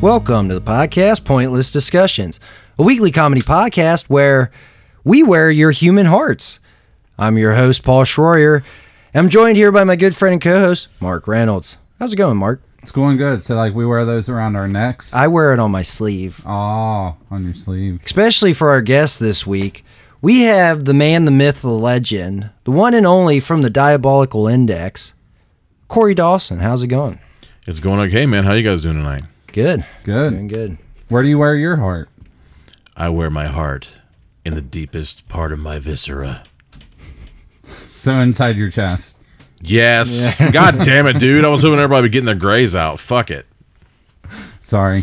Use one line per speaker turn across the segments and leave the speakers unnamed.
Welcome to the podcast Pointless Discussions, a weekly comedy podcast where we wear your human hearts. I'm your host, Paul Schroyer. I'm joined here by my good friend and co host, Mark Reynolds. How's it going, Mark?
It's going good. So like we wear those around our necks.
I wear it on my sleeve,
oh, on your sleeve.
especially for our guest this week. We have the man, the myth, the legend, the one and only from the Diabolical Index, Corey Dawson. How's it going?
It's going okay, man. How you guys doing tonight?
Good. Doing good.
Good. Where do you wear your heart?
I wear my heart in the deepest part of my viscera.
So inside your chest.
Yes. God damn it, dude. I was hoping everybody would be getting their grays out. Fuck it.
Sorry.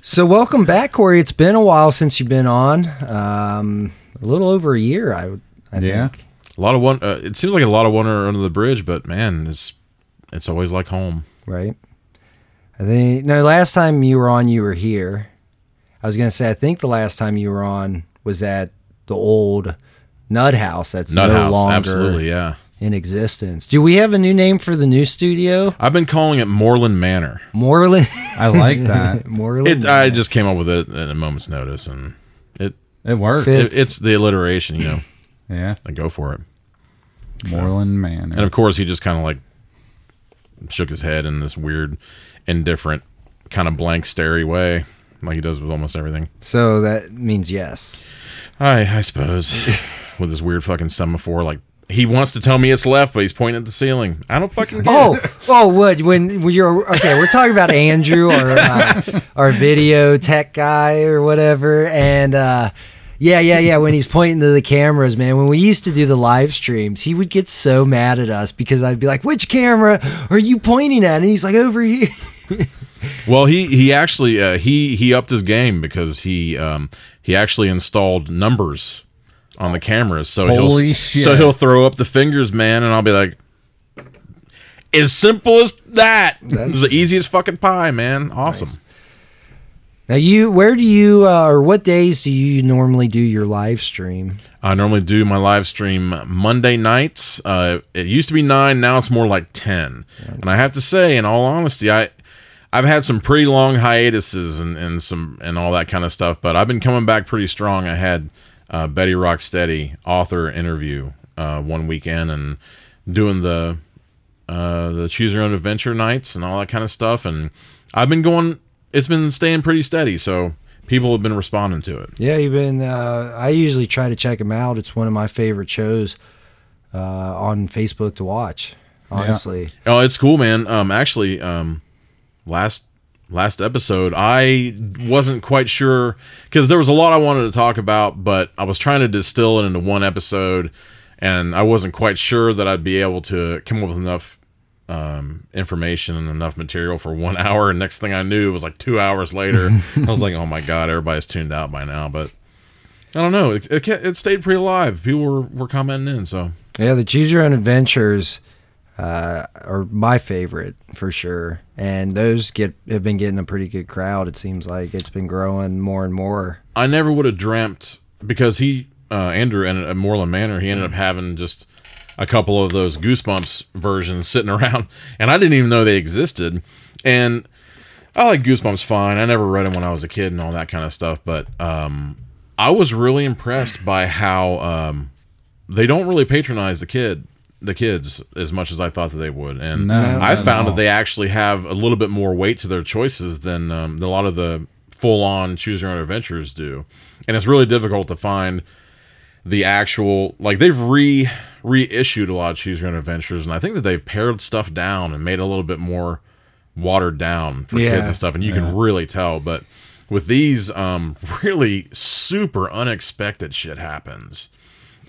So welcome back, Corey. It's been a while since you've been on. Um, a little over a year, I would. I
Yeah.
Think.
A lot of one. Uh, it seems like a lot of water under the bridge, but man, it's it's always like home.
Right. I think no. Last time you were on, you were here. I was gonna say I think the last time you were on was at the old Nut House. That's
Nut
no
house,
longer
absolutely, yeah.
in existence. Do we have a new name for the new studio?
I've been calling it Moreland Manor.
Moreland.
I like that.
Moreland.
It. I just came up with it at a moment's notice, and it,
It works.
Fit.
it it's the alliteration, you know.
Yeah.
I go for it,
Moreland
and
Manor.
of course he just kind of like shook his head in this weird, indifferent, kind of blank, starey way, like he does with almost everything.
so that means yes.
I I suppose with his weird fucking semaphore, like he wants to tell me it's left, but he's pointing at the ceiling. I don't fucking. Get
Oh, oh, what? When, when you're okay, we're talking about Andrew or uh, our video tech guy or whatever, and uh, yeah, yeah, yeah. When he's pointing to the cameras, man. When we used to do the live streams, he would get so mad at us because I'd be like, "Which camera are you pointing at?" And he's like, "Over here."
Well, he he actually uh, he he upped his game because he um he actually installed numbers on the cameras. So
Holy
he'll,
shit.
So he'll throw up the fingers, man, and I'll be like. As simple as that. It's the easiest fucking pie, man. Awesome.
Now, you, where do you, uh, or what days do you normally do your live stream?
I normally do my live stream Monday nights. Uh, it used to be nine, now it's more like ten. And I have to say, in all honesty, I I've had some pretty long hiatuses and, and some and all that kind of stuff, but I've been coming back pretty strong. I had uh, Betty Rocksteady author interview uh, one weekend and doing the uh, the choose your own adventure nights and all that kind of stuff. And I've been going. It's been staying pretty steady, so people have been responding to it.
Yeah, you've been. Uh, I usually try to check them out. It's one of my favorite shows uh, on Facebook to watch. Honestly,
Oh, it's cool, man. Um, actually, um, last last episode, I wasn't quite sure because there was a lot I wanted to talk about, but I was trying to distill it into one episode, and I wasn't quite sure that I'd be able to come up with enough um, information and enough material for one hour. And next thing I knew, it was like two hours later. I was like, oh my god, everybody's tuned out by now, but. I don't know. It, it, ca- it stayed pretty alive. People were, were commenting in, so
Yeah, the Choose Your Own Adventures uh, are my favorite for sure, and those get have been getting a pretty good crowd. It seems like it's been growing more and more.
I never would have dreamt because he uh, Andrew ended at Moreland Manor. He ended up having just a couple of those Goosebumps versions sitting around, and I didn't even know they existed. And I like Goosebumps fine. I never read them when I was a kid and all that kind of stuff, but um, I was really impressed by how um, they don't really patronize the kid. The kids as much as I thought that they would, and
No,
I
not at
found
all.
that they actually have a little bit more weight to their choices than, um, than a lot of the full-on choose your own adventures do, and it's really difficult to find the actual like they've re reissued a lot of choose your own adventures, and I think that they've pared stuff down and made it a little bit more watered down for
Yeah.
kids and stuff, and you can really tell. But with these, um, really super unexpected shit happens,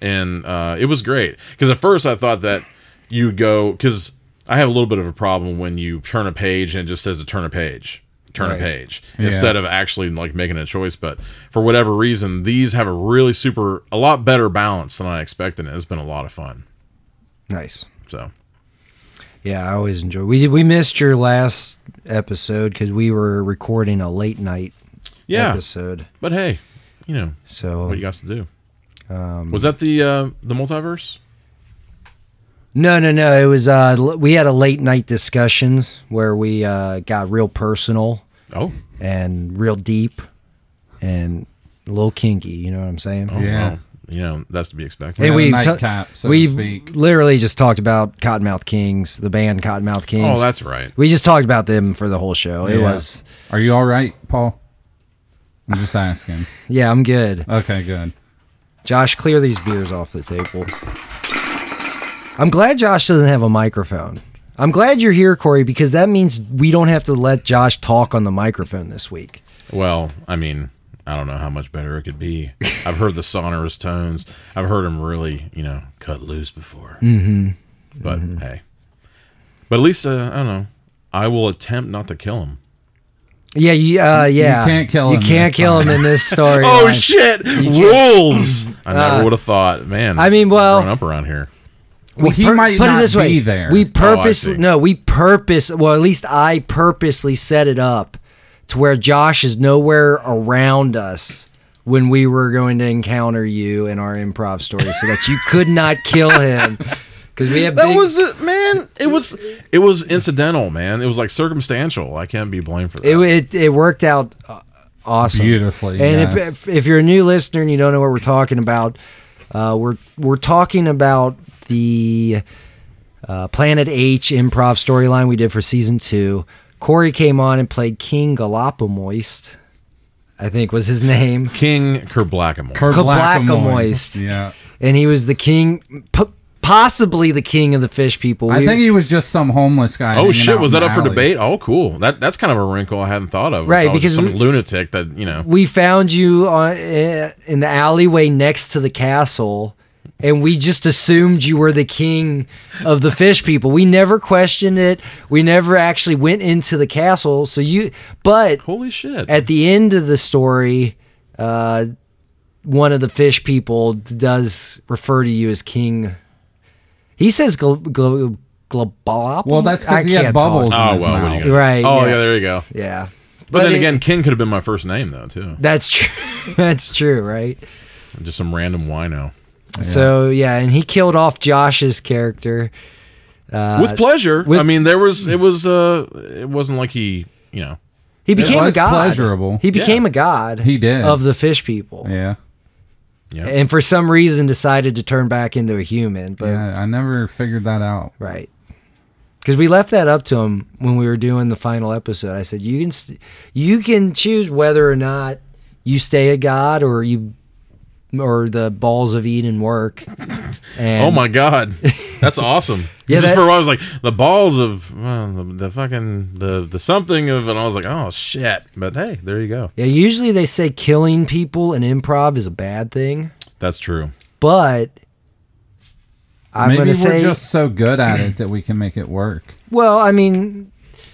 and uh, it was great because at first I thought that you go because I have a little bit of a problem when you turn a page and it just says to turn a page, turn
Right.
a page instead of actually like making a choice. But for whatever reason, these have a really super, a lot better balance than I expected. and It's been a lot of fun.
Nice.
So
Yeah, I always enjoy. We we missed your last episode because we were recording a late night
yeah,
episode.
but hey, you know
So
what you got to do. Um, was that the uh, the multiverse?
No, no, no. It was uh, l- we had a late night discussions where we uh, got real personal
Oh,
and real deep and a little kinky. You know what I'm saying?
oh,
Yeah.
well, you know that's to be expected.
Hey,
And
had a
we
nightcap, so to
we
speak.
literally just talked about Cottonmouth Kings, the band Cottonmouth Kings.
oh, that's right.
we just talked about them for the whole show. It
Yeah.
was
Are you all right, Paul? I'm just asking.
yeah, I'm good.
Okay, good.
Josh, clear these beers off the table. I'm glad Josh doesn't have a microphone. I'm glad you're here, Corey, because that means we don't have to let Josh talk on the microphone this week.
Well, I mean, I don't know how much better it could be. I've heard the sonorous tones. I've heard him really, you know, cut loose before. Mm-hmm. But
Mm-hmm.
hey, but at least uh, I don't know. I will attempt not to kill him.
Yeah, you, uh, yeah.
can't kill
You
him
can't
this
kill him
time.
in this story.
Oh
line.
shit! Rules. I never
Uh,
would have thought, man.
I mean,
it's
well-
grown up around here.
Well, he
pur-
might
put
not
it this
be
way.
there.
We
Oh, I
purposely
see.
no, we purpose. Well, at least I purposely set it up to where Josh is nowhere around us when we were going to encounter you in our improv story, so that you could not kill him because we have
That
big,
was it, man. It was it was incidental, man. It was like circumstantial. I can't be blamed for that.
it, it. It worked out uh, awesome,
Beautifully,
And
yes.
if, if if you're a new listener and you don't know what we're talking about, uh, we're we're talking about the uh, Planet H improv storyline we did for season two. Corey came on and played King Galapamoist, I think was his name,
King Kerblackamore.
Kerb
Kablackamoist.
Yeah.
and he was the king, p- possibly the king of the fish people.
I
We-
think he was just some homeless guy.
Oh
hanging
shit!
out
Was
in the
that up for
alley.
debate? Oh, cool. That that's kind of a wrinkle I hadn't thought of. I
Right,
thought it was just
because
some lunatic that you know.
we found you on, eh, in the alleyway next to the castle and we just assumed you were the king of the fish people we never questioned it we never actually went into the castle so you but
Holy shit!
at the end of the story uh, one of the fish people does refer to you as king he says gl- gl- globop
Well, that's
I
because he had
can't talk.
bubbles. in
oh
his
well, what are you
mouth.
gonna-
Right,
Oh
yeah.
yeah. there you go.
yeah
But, then
it-
again, King could have been my first name though too.
that's true that's true right
Just some random wino.
So yeah, and he killed off Josh's character.
with pleasure.
Uh, with-
I mean, there was it was uh it wasn't like he you know
He became a
was
god.
pleasurable.
He became
Yeah.
a god.
He did.
of the fish people,
Yeah.
yeah.
and for some reason decided to turn back into a human. But
Yeah. I never figured that out.
right, because we left that up to him when we were doing the final episode. I said you can st- you can choose whether or not you stay a god or you or the balls of Eden work. And
oh my god, that's awesome.
Yeah,
yeah,
that-
for a while, I was like the balls of well, the, the fucking the the something of, and I was like, oh shit. But hey, there you go.
Yeah, usually they say killing people in improv is a bad thing,
That's true.
but I'm
Maybe
gonna
we're
say
just so good at it that we can make it work.
Well, I mean,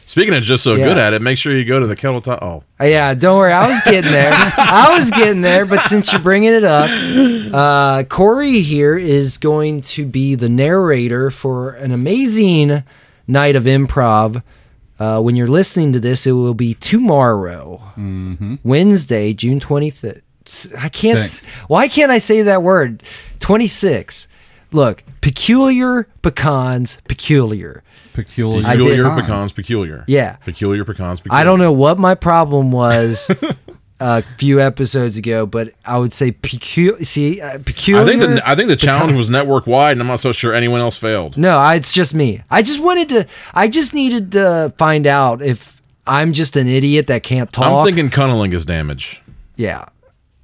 Speaking of just so
Yeah.
good at it, make sure you go to the kettle top. Oh,
uh, yeah, don't worry. I was getting there. I was getting there, but since you're bringing it up, uh, Corey here is going to be the narrator for an amazing night of improv. Uh, when you're listening to this, it will be tomorrow, Wednesday, June 25th. I can't. s
Mm-hmm. Six.
Why can't I say that word? 26. Look, peculiar pecans, peculiar.
Peculiar.
I did.
peculiar
times.
pecans, peculiar.
Yeah.
peculiar pecans. Peculiar.
I don't know what my problem was a few episodes ago, but I would say peculiar. See, uh, peculiar.
I think the I think the challenge was network wide, and I'm not so sure anyone else failed.
no, I, it's just me. I just wanted to. I just needed to find out if I'm just an idiot that can't talk.
I'm thinking cunnilingus damage.
yeah,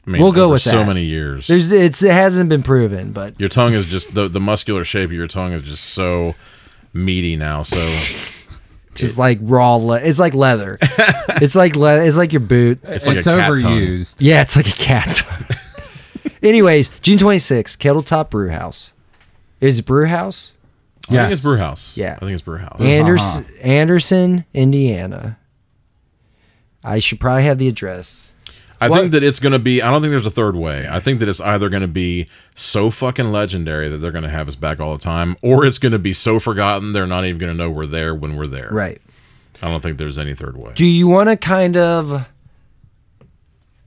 I mean,
We'll go
over
with
so
that.
many years.
there's it's it hasn't been proven, but
your tongue is just the the muscular shape of your tongue is just so meaty now. So
just like raw. Le- it's like leather. it's like le- it's like your boot.
It's,
it's like a cat tongue.
overused.
Yeah, it's like a cat. Anyways, June 26th, Kettle Top Brew House. Is it Brew House?
I think
Yes.
it's brew house.
Yeah.
I think it's brew house.
Anderson, Anderson, Indiana. I should probably have the address.
I
What-
think that it's gonna be. I don't think there's a third way. I think that it's either gonna be so fucking legendary that they're gonna have us back all the time, or it's gonna be so forgotten they're not even gonna know we're there when we're there.
Right.
I don't think there's any third way.
Do you want to kind of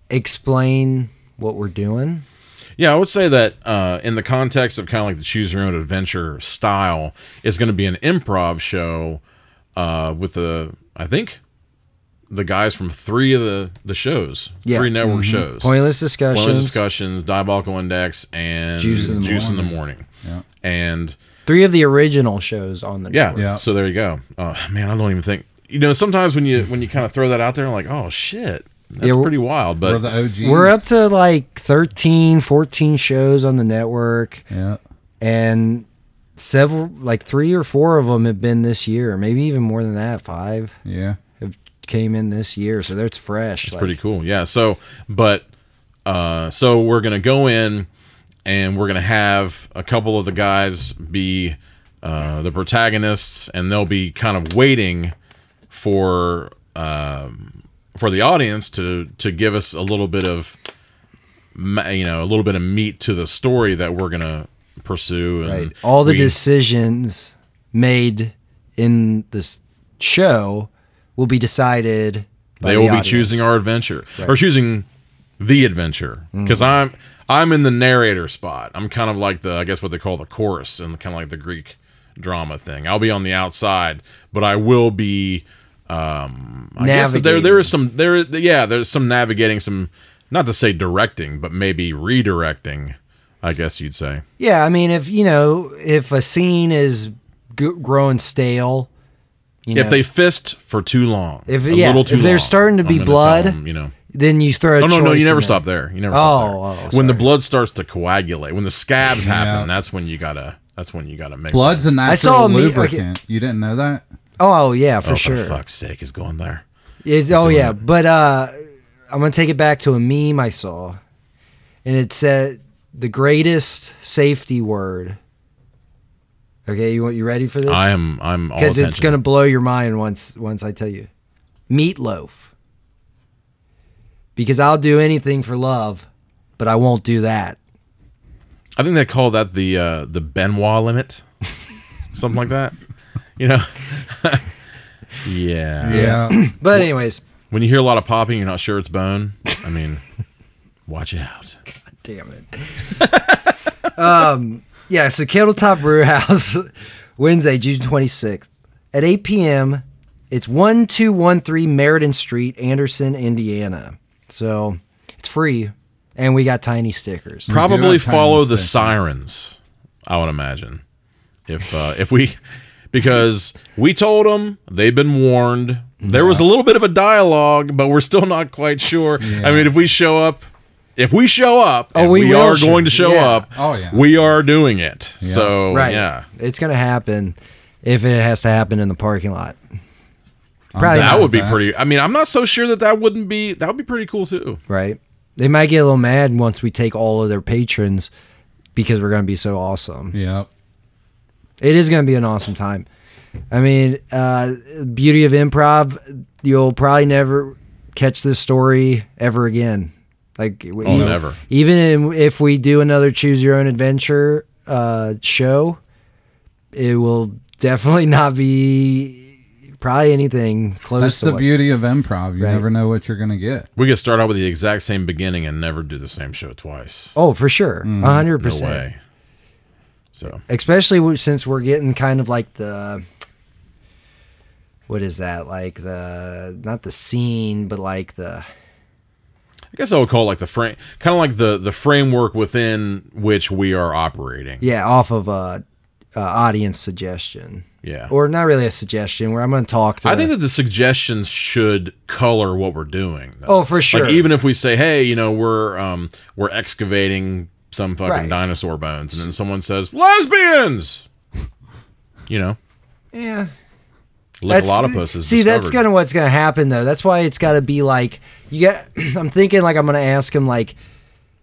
explain what we're doing?
Yeah, I would say that uh, in the context of kind of like the choose your own adventure style, it's going to be an improv show uh, with the I think the guys from three of the the shows,
Yeah. Mm-hmm.
three network shows,
Pointless discussions.
Pointless discussions, Diabolical Index, and
Juice in the
Morning. And
Three of the original shows on the
yeah,
network.
Yeah.
So there you go. Uh, man, I don't even think you know. Sometimes when you when you kind of throw that out there, like, oh shit, that's
Yeah, we're-
pretty wild.
We're
But
the OGs.
We're up to like 13, 14 shows on the network,
Yeah.
and several, like three or four of them have been this year, maybe even more than that. Five
Yeah.
have came in this year, so that's fresh.
It's pretty cool. Yeah. So, but uh, so we're gonna go in, and we're gonna have a couple of the guys be uh, the protagonists, and they'll be kind of waiting for um, for the audience to to give us a little bit of ma- you know a little bit of meat to the story that we're gonna pursue. And
Right. All the
we-
decisions made in this show will be decided. By
they
the
will
audience.
be choosing our adventure or choosing the adventure because
Mm-hmm.
i'm i'm in the narrator spot i'm kind of like the i guess what they call the chorus and kind of like the greek drama thing i'll be on the outside but i will be um i guess that there there is some there yeah there's some navigating some not to say directing but maybe redirecting i guess you'd say
Yeah, I mean, if you know, if a scene is g- growing stale, you know,
if they fist for too long
If-
a
yeah,
little too
if they're
long,
starting to
I'm
be
gonna tell
blood,
'em, you know
then you throw. A
Oh no, no,
choice
you
in
never
there.
stop there. You never
Oh,
stop there.
oh,
when the
sorry.
blood starts to coagulate, when the scabs happen,
Yeah.
that's when you gotta. That's when you gotta make
Blood's a
plans.
natural
saw a me- okay.
lubricant. You didn't know that?
Oh yeah, for
Oh,
sure.
For fuck's sake, is going there.
It, oh yeah, but uh, I'm gonna take it back to a meme I saw, and it said the greatest safety word. Okay, you you ready for this?
I am. I'm all
because
attention.
it's gonna blow your mind once once I tell you. Meatloaf. Because I'll do anything for love, but I won't do that.
I think they call that the uh, the Benoit limit, something like that. You know. yeah.
Yeah.
But anyways,
When you hear a lot of popping, you're not sure it's bone. I mean, watch out.
damn it. um, yeah. So Kettletop Brew House, Wednesday, June 26th at 8 p.m. It's 1213 Meriden Street, Anderson, Indiana. So it's free, and we got tiny stickers.
probably
have tiny
follow the
stations.
sirens. I would imagine if uh, if we because we told them they've been warned. There was a little bit of a dialogue, but we're still not quite sure. I mean, if we show up, if we show up, and
we
we,
will
are
show-
going to show
yeah.
up.
Oh, yeah.
we are doing it. So
Right.
yeah,
It's gonna happen if it has to happen in the parking lot.
I'm
Probably
down
Oh, that
not
with
would be pretty. I mean, I'm not so sure that that wouldn't be. That would be pretty cool too.
Right. They might get a little mad once we take all of their patrons because we're gonna be so awesome.
Yep.
It is going to be an awesome time. I mean, uh, beauty of improv, you'll probably never catch this story ever again. Like, oh,
never.
Even if we do another choose your own adventure uh, show, it will definitely not be probably anything close.
That's
to
the
what-
beauty of improv. You
Right.
never know what you're going to get.
We could start out with the exact same beginning and never do the same show twice.
Oh, for sure, a hundred
Mm, No
percent.
way. So
especially w- since we're getting kind of like the what is that like the not the scene but like the
I guess I would call it like the frame, kind of like the the framework within which we are operating.
yeah off of a, uh audience suggestion
Yeah.
or not really a suggestion where i'm gonna talk to
I think that the suggestions should color what we're doing. though.
Oh, for sure.
Like even if we say, "Hey, you know, we're um we're excavating some fucking
Right.
dinosaur bones," and then someone says, "Lesbians," you know,
yeah
like a lot of pussies.
see that's kind of what's gonna happen though that's why it's gotta be like you got i'm thinking like i'm gonna ask him like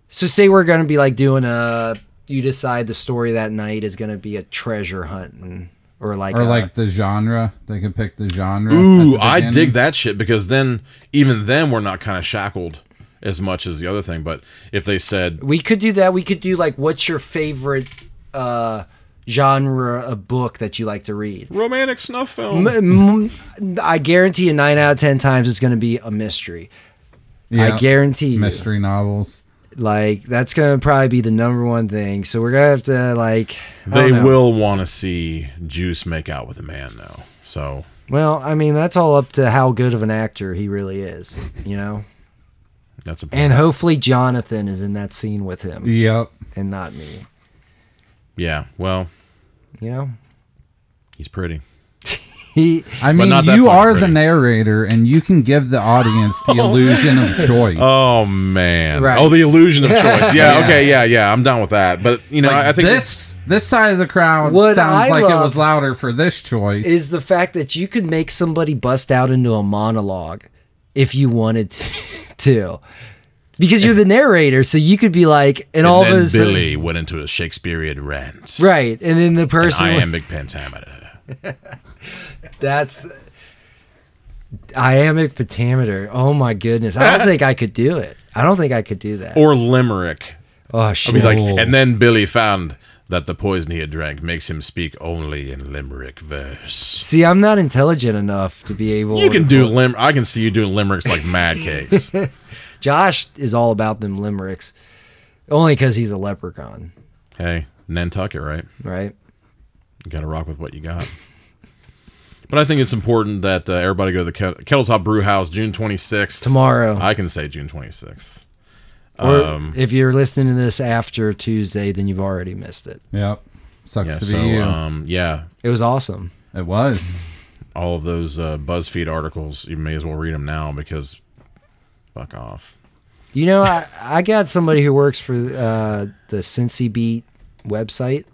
so say we're gonna be like doing a you decide the story that night is gonna be a treasure hunt and, or like
Or
a-
like the genre. They can pick the genre. at
Ooh,
the
I
beginning.
dig that shit because then even then we're not kind of shackled as much as the other thing. But if they said
We could do that. We could do like, what's your favorite uh, genre of book that you like to read?
romantic snuff film,
M- m- I guarantee you, nine out of ten times it's going to be a mystery. I
Yep.
guarantee you.
Mystery novels.
Like that's gonna probably be the number one thing. So we're gonna have to like I don't
They
know.
will want to see Juice make out with a man now. So
Well, I mean that's all up to how good of an actor he really is, you know.
that's a point.
And hopefully Jonathan is in that scene with him
Yep.
and not me,
yeah. Well,
you know.
he's pretty.
He
I mean,
not that
you
fucking
are the
pretty.
narrator, and you can give the audience the illusion of choice.
Oh man.
Right.
Oh, the illusion of choice. Yeah. Okay. Yeah. Yeah. I'm down with that. But you know,
Like,
I think
this this side of the crowd
What
sounds
I
like it
love
was louder for this choice.
is the fact that you could make somebody bust out into a monologue if you wanted to. Because you're the narrator, so you could be like, and,
and
all
then
of a sudden,
Billy went into a Shakespearean rant.
right? And then the
An
person
iambic pentameter.
That's iambic pentameter. Oh my goodness! I don't think I could do it. I don't think I could do that.
Or limerick.
oh
I
shit!
mean, like,
Oh.
and then Billy found that the poison he had drank makes him speak only in limerick verse.
See, I'm not intelligent enough to be able.
You can do lim. I can see you doing limericks like mad cakes.
Josh is all about them limericks, only because he's a leprechaun,
hey, Nantucket, right?
right?
You got to rock with what you got. But I think it's important that uh, everybody go to the Ket- Kettle Top Brew House June 26th.
Tomorrow,
I can say June 26th.
or
um,
if you're listening to this after Tuesday, then you've already missed it.
yep. Sucks
Yeah,
to be
so
you.
um, yeah,
It was awesome.
it was.
all of those uh, BuzzFeed articles, you may as well read them now because fuck off.
You know, I, I got somebody who works for uh, the Cincy Beat website.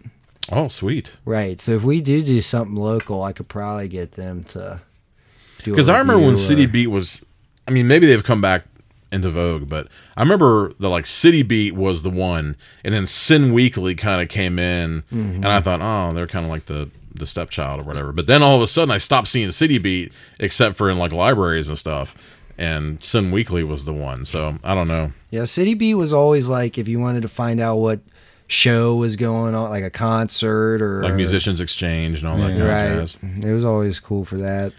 Oh, sweet.
Right. So if we do do something local, I could probably get them to do. a
Because I remember when
review
City
or-
Beat was, I mean, maybe they've come back into vogue, but I remember the like City Beat was the one, and then Sin Weekly kind of came in, and I thought, oh, they're kind of like the the stepchild or whatever. But then all of a sudden, I stopped seeing City Beat except for in like libraries and stuff, and Sin Weekly was the one. So I don't know.
yeah, City Beat was always like if you wanted to find out what show was going on, like a concert or
Like musicians exchange and all that
Yeah.
kind
Right.
of jazz.
It was always cool for that.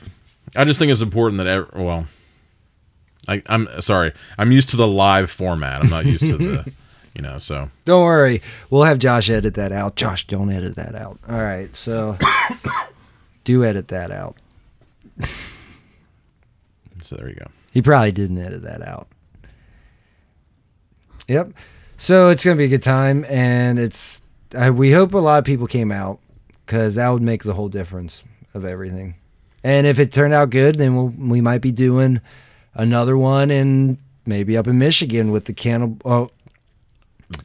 I just think it's important that ev well, I, I'm sorry, I'm used to the live format. I'm not used to the, you know. So
Don't worry, we'll have Josh edit that out. Josh, don't edit that out. All right, so do edit that out.
so there you go.
He probably didn't edit that out. Yep. So it's gonna be a good time, and it's I, we hope a lot of people came out because that would make the whole difference of everything. And if it turned out good, then we'll, we might be doing another one, and maybe up in Michigan with the cannibal oh,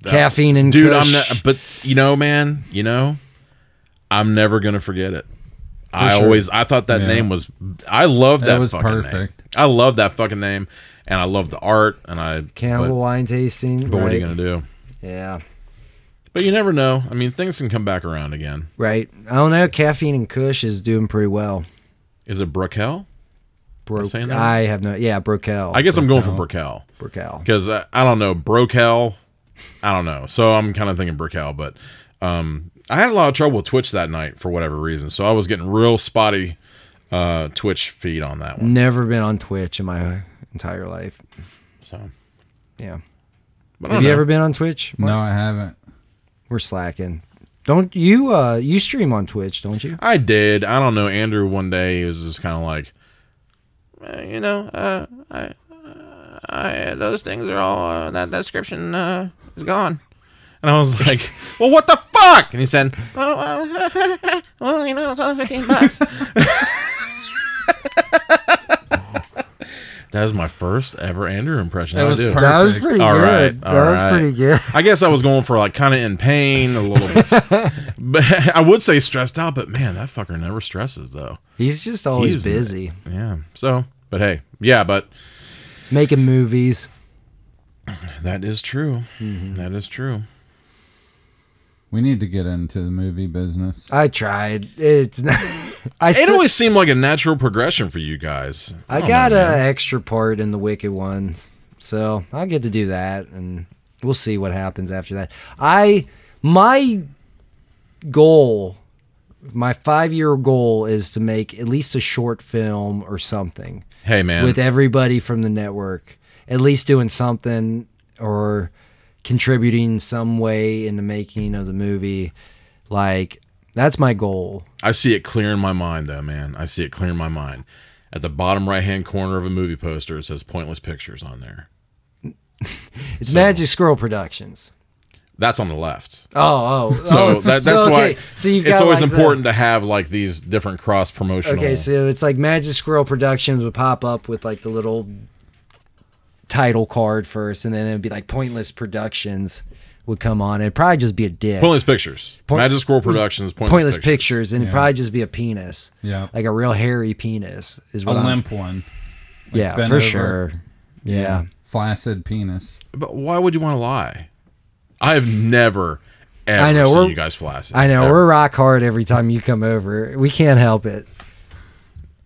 caffeine and
dude.
Kush.
I'm not, but you know, man, you know, I'm never gonna forget it. I
sure.
always I thought that
Yeah.
name was I love that
was
fucking name.
perfect.
I love that fucking name, and I love the art, and I
cannibal
But,
wine tasting.
but what are you
right?
gonna do?
Yeah.
But you never know. I mean, things can come back around again.
Right. I don't know. Caffeine and Kush is doing pretty well.
Is it Brickell?
Bro-
saying that
I have no. Yeah, Brocal.
I guess I'm going for Brickell.
Brocal.
because I, I don't know Brocal, I don't know. So I'm kind of thinking Brocal, but um, I had a lot of trouble with Twitch that night for whatever reason. So I was getting real spotty uh, Twitch feed on that one.
Never been on Twitch in my entire life.
So,
Yeah.
but I
Have
don't
you
know.
ever been on Twitch?
No, I haven't.
We're slacking. Don't you uh you stream on Twitch, don't you?
I did. I don't know. Andrew one day was just kind of like, "Uh, you know, uh, I, I, those things are all uh, that description uh, is gone. And I was like, well, what the fuck? And he said, well, well, well you know, it's only fifteen bucks. that was my first ever Andrew impression.
That
I
was
do.
perfect.
That was pretty
All
good.
right, all
that was
right.
pretty good.
I guess I was going for like kind of in pain a little bit. but I would say stressed out, but man, that fucker never stresses though.
He's just always
He's-
busy
Yeah. So, but hey, yeah, but
making movies.
that is true.
Mm-hmm.
That is true.
We need to get into the movie business.
I tried. It's not. I
It
still,
always seemed like a natural progression for you guys.
I
don't
got
know,
an
man.
extra part in the Wicked Ones, so I'll get to do that, and we'll see what happens after that. I my goal, my five year goal is to make at least a short film or something
Hey man,
with everybody from the network, at least doing something or contributing some way in the making of the movie. Like that's my goal.
I see it clear in my mind, though, man. I see it clear in my mind. At the bottom right hand corner of a movie poster, it says pointless pictures on there.
It's Magic Squirrel Productions.
That's on the left.
Oh, oh.
So
oh,
that, that's
okay.
why
So you've
it's
got
always
like the-
important to have like these different cross promotional.
Okay, so it's like Magic Squirrel Productions would pop up with like the little title card first, and then it'd be like Pointless Productions would come on. It'd probably just be a dick.
pointless pictures.
Point-
Magic Squirrel Productions. Pointless,
Pointless
pictures.
pictures, and it'd probably just be a penis,
Yeah.
like a real hairy penis, is
a
what. I'm-
limp one.
yeah,
bent
for
over.
sure. Yeah.
Flaccid penis.
But why would you want to lie? I have never ever
I know,
seen
we're-
you guys flaccid.
I know
Ever.
we're rock hard every time you come over. We can't help it.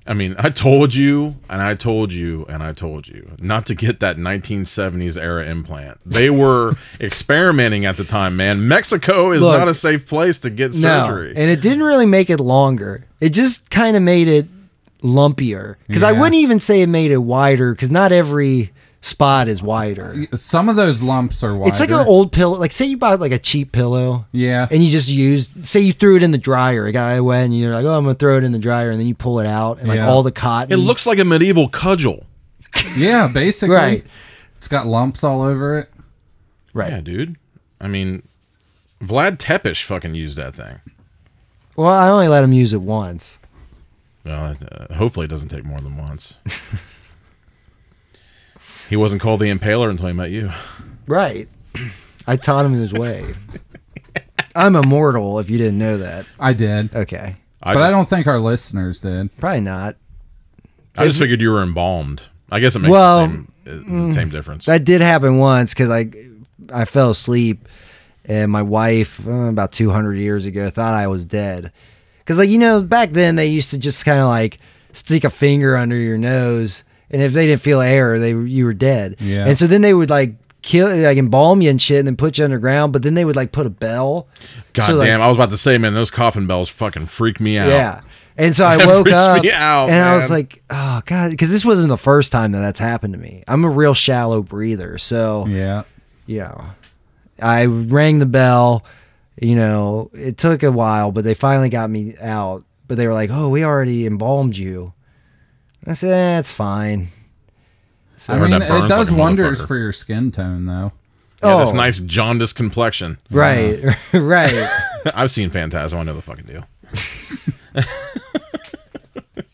I mean, I told you, and I told you, and I told you not to get that 1970s era implant. They were experimenting at the time, man. Mexico is
Look,
not a safe place to get
No,
surgery.
and it didn't really make it longer. It just kind of made it lumpier because I
Yeah.
wouldn't even say it made it wider because not every spot is wider.
Some of those lumps are wider.
It's like an old pillow. Like say you bought like a cheap pillow.
Yeah.
And you just used, say you threw it in the dryer. It got wet, and you're like, "Oh, I'm gonna throw it in the dryer," and then you pull it out, and like
Yeah.
all the cotton.
it looks like a medieval cudgel.
yeah, basically.
Right.
It's got lumps all over it.
right.
Yeah, dude. I mean, Vlad Tepish fucking used that thing.
Well, I only let him use it once.
Well, uh, hopefully it doesn't take more than once. he wasn't called the Impaler until he met you.
Right. I taught him his way. I'm immortal. If you didn't know that,
I did.
okay,
I
but
just,
I don't think our listeners did.
probably not.
I just figured you were embalmed. I guess it makes
Well, mm,
the same, uh, the same difference.
That did happen once because I, I fell asleep, and my wife uh, about 200 years ago thought I was dead, because like you know back then they used to just kind of like stick a finger under your nose, and if they didn't feel air, they you were dead.
Yeah.
And so then they would like kill like embalm you and shit, and then put you underground. But then they would like put a bell.
God
So, like-
damn! I was about to say, man, those coffin bells fucking freak me out.
Yeah. And so I
That
woke
freaks
up
me out,
and I was
man.
like, oh God, because this wasn't the first time that that's happened to me. I'm a real shallow breather. So,
Mm.
Yeah.
you know, I rang the bell. You know, it took a while, but they finally got me out. But they were like, oh, we already embalmed you. I said, eh, it's fine.
I,
heard
mean,
that burns
it does
like a
wonders
motherfucker.
for your skin tone, though.
Yeah, this
Oh.
nice jaundiced complexion.
Right, right.
I've seen Phantasm. I know the fucking deal.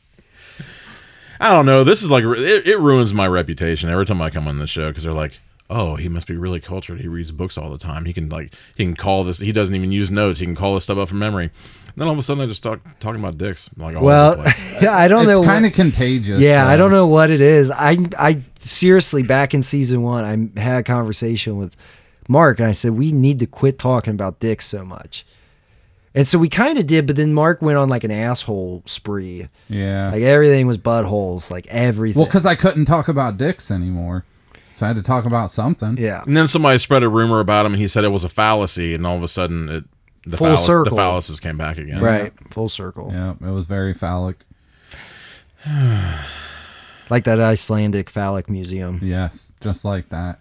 I don't know. This is like it, it ruins my reputation every time I come on the show because they're like, "Oh, he must be really cultured. He reads books all the time. He can like he can call this. He doesn't even use notes. He can call this stuff up from memory." Then all of a sudden, I just talk talking about dicks like all over
well,
the place.
I don't know.
It's
what-
kind of contagious.
Yeah, I
though.
don't know what it is. I I seriously back in season one, I had a conversation with Mark, and I said we need to quit talking about dicks so much. And so we kind of did, but then Mark went on like an asshole spree.
Yeah.
Like everything was buttholes, like everything.
Well, because I couldn't talk about dicks anymore, so I had to talk about something.
yeah,
And then somebody spread a rumor about him, and he said it was a fallacy, and all of a sudden, it the,
Full
phallus, the
circle.
phalluses came back again.
right, full circle,
Yeah, it was very phallic.
like that Icelandic phallic museum.
Yes, just like that.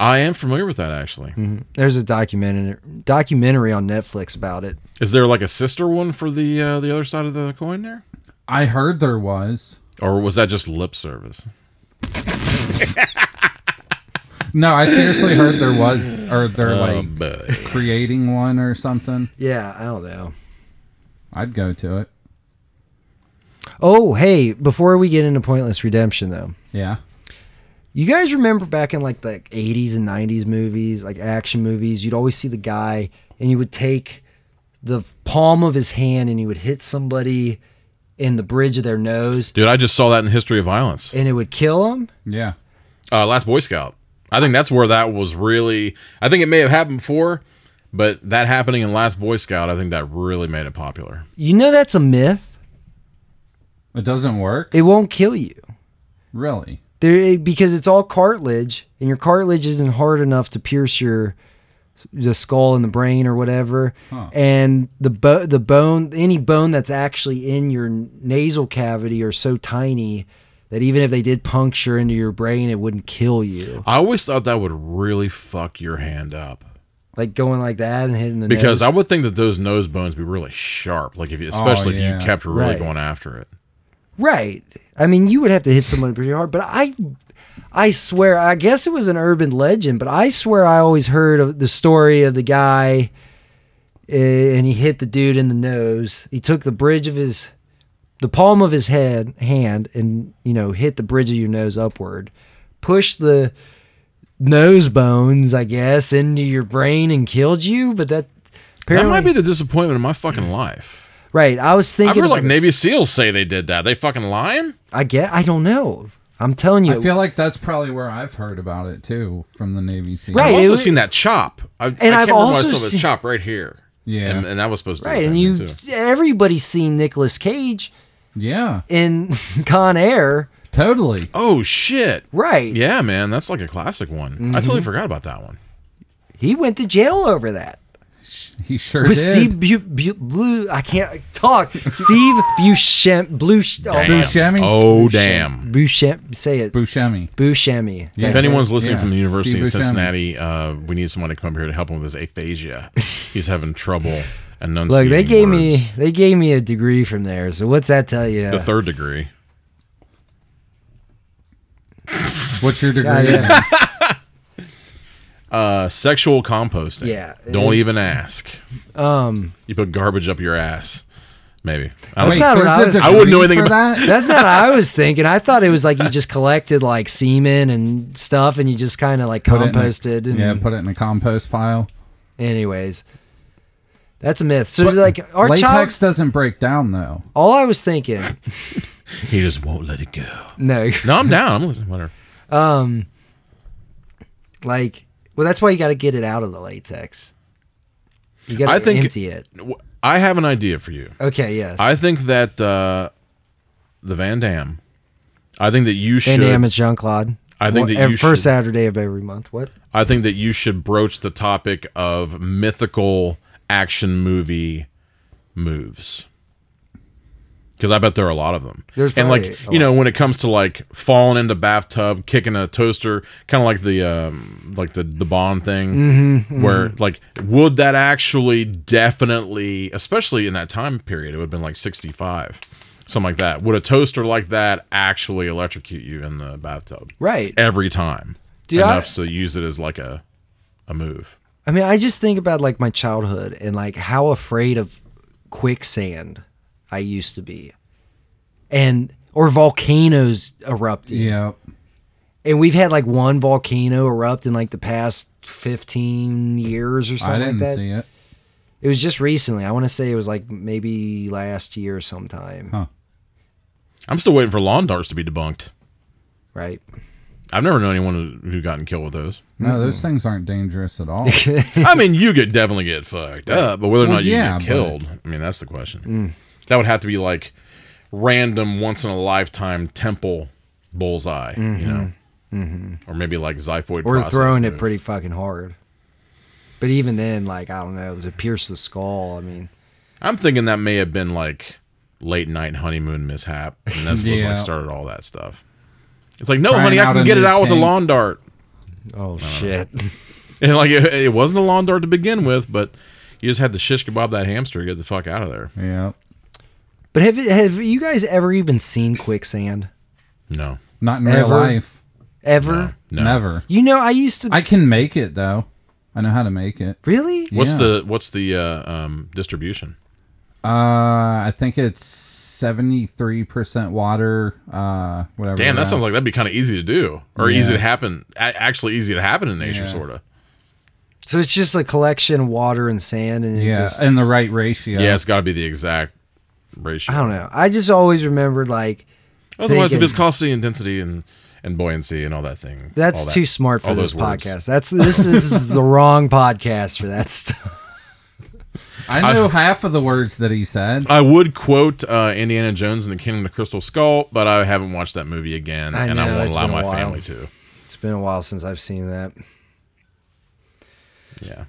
I am familiar with that actually.
There's a documentary documentary on Netflix about it.
Is there like a sister one for the uh, the other side of the coin there,
I heard there was.
or was that just lip service?
No, I seriously heard there was, or they're like
Um, but-
creating one or something.
Yeah, I don't know.
I'd go to it.
Oh, hey, before we get into pointless redemption though.
Yeah.
You guys remember back in like the 80s and 90s movies, like action movies, you'd always see the guy and you would take the palm of his hand and he would hit somebody in the bridge of their nose
Dude, I just saw that in History of Violence.
and it would kill him.
Yeah.
Uh, Last Boy Scout. I think that's where that was really. I think it may have happened before, but that happening in Last Boy Scout, I think that really made it popular.
You know that's a myth.
It doesn't work,
It won't kill you.
really.
There eh, because it's all cartilage and your cartilage isn't hard enough to pierce your the skull and the brain or whatever. And the bo- the bone any bone that's actually in your nasal cavity are so tiny that even if they did puncture into your brain, it wouldn't kill you.
I always thought that would really fuck your hand up
Like going like that and hitting the
because I
nose.
would think that those nose bones would be really sharp. Like if you, especially if
yeah.
you kept really
Oh, Right.
going after it.
right. I mean, you would have to hit someone pretty hard, but I, I swear, I guess it was an urban legend, but I swear I always heard of the story of the guy, uh, and he hit the dude in the nose. He took the bridge of his, the palm of his head hand, and you know hit the bridge of your nose upward, pushed the nose bones, I guess, into your brain and killed you. But that apparently
That might be the disappointment of my fucking life.
right. I was
I've
thinking
heard like
about this.
Navy SEALs say they did that. They fucking lying?
I get. I don't know. I'm telling you.
I feel like that's probably where I've heard about it too from the Navy SEAL.
Right.
I've
it
also
was-
seen that chop. I, and I
I've
can't remember why I
also
saw the
seen-
chop right here.
Yeah.
and, and that was supposed to.
right,
Be the same
and you.
thing, too.
Everybody's seen Nicolas Cage
Yeah.
in Con Air.
Totally.
Oh shit!
Right.
Yeah, man, that's like a classic one.
Mm-hmm.
I totally forgot about that one.
He went to jail over that.
He sure
With
did.
Steve Bu- Bu- Blue, I can't talk. Steve Buscemi. Blue. Oh,
Buscemi?
Oh damn!
Buscemi. Say it.
Buscemi.
Buscemi.
Yeah.
If
Thanks.
anyone's listening
Yeah,
from the University
Steve
of
Buscemi.
Cincinnati, uh, we need someone to come here to help him with his aphasia. He's having trouble
Look,
enunciating.
they gave
words.
me they gave me a degree from there. So what's that tell you?
the third degree.
What's your degree?
Yeah, yeah.
Uh, sexual composting.
Yeah,
Don't
it-
even ask.
um,
You put garbage up your ass. Maybe. I
That's
Wait,
don't know.
not what
there's
I
a
was-
I wouldn't know
degree
anything
for
about-
that.
that's not what I was thinking. I thought it was like you just collected like semen and stuff, and you just kind of like
Put it in a-
composted. and,
yeah, put it in a compost pile.
Anyways, that's a myth. So, like, our
Latex
child.
doesn't break down though.
All I was thinking,
He just won't let it go.
no,
No, I'm down. I'm listening. Whatever.
um, like, well, that's why you got to get it out of the latex. You got
I
to
think-
empty it.
W- I have an idea for you.
Okay, yes.
I think that uh, the Van Dam. I think that you should.
and damn, it's Jean Claude.
I think that you
first
should-
Saturday of every month. What?
I think that you should broach the topic of mythical action movie moves. Because I bet there are a lot of them.
There's
and
probably
like
a
you know when it comes to like falling into bathtub, kicking a toaster, kind of like the um, like the the Bond thing,
Mm-hmm,
where like would that actually definitely, especially in that time period, it would have been like sixty five, something like that. Would a toaster like that actually electrocute you in the bathtub?
Right.
every time
Dude, I-
enough to use it as like a a move.
I mean, I just think about like my childhood and like how afraid of quicksand I used to be, and or volcanoes erupting.
Yeah.
and we've had like one volcano erupt in like the past 15 years or something
I didn't
like that.
see it.
It was just recently. I want to say it was like maybe last year sometime,
Huh.
I'm still waiting for lawn darts to be debunked.
right?
I've never known anyone who who gotten killed with those.
No, those things aren't dangerous at all.
I mean, you could definitely get fucked up, but whether or
Well,
not you
yeah, but- Mm.
get killed, I mean, that's the question. That would have to be like random, once in a lifetime temple bullseye, you
Mm-hmm.
know, or maybe like xiphoid
Or
process
throwing it
move.
pretty fucking hard. But even then, like I don't know, to pierce the skull. I mean,
I'm thinking that may have been like late night honeymoon mishap, and that's what
Yeah.
like started all that stuff. It's like, no,
Trying
honey, I
out
can
a
get it
new
out with a
kink.
lawn dart.
oh shit!
And like it, it wasn't a lawn dart to begin with, but you just had to shish kebab that hamster, get the fuck out of there.
yeah.
but have have you guys ever even seen quicksand?
No,
Not in real
Ever?
life.
Ever?
no, no.
Never.
You know, I used to
I can make it though. I know how to make it.
really.
What's
Yeah.
the what's the uh, um, distribution?
Uh, I think it's seventy three percent water. Uh, whatever.
Damn, that
else.
sounds like that'd be kind of easy to do, or
Yeah.
easy to happen. a- Actually, easy to happen in nature,
Yeah.
sort of.
So it's just a collection of water and sand, and it
Yeah,
just
in the right ratio.
Yeah, it's got to be the exact ratio.
I don't know. I just always remembered like
Otherwise, the
thinking-
viscosity, intensity, and and buoyancy, and all that thing.
that's
all that-
too smart for
all
this
those words.
podcast. That's this is the wrong podcast for that stuff.
I know half of the words that he said.
I would quote uh, Indiana Jones and the Kingdom of the Crystal Skull, but I haven't watched that movie again,
I
and
know,
I won't
it's
allow
been a
my
while.
family to.
It's been a while since I've seen that.
Yeah.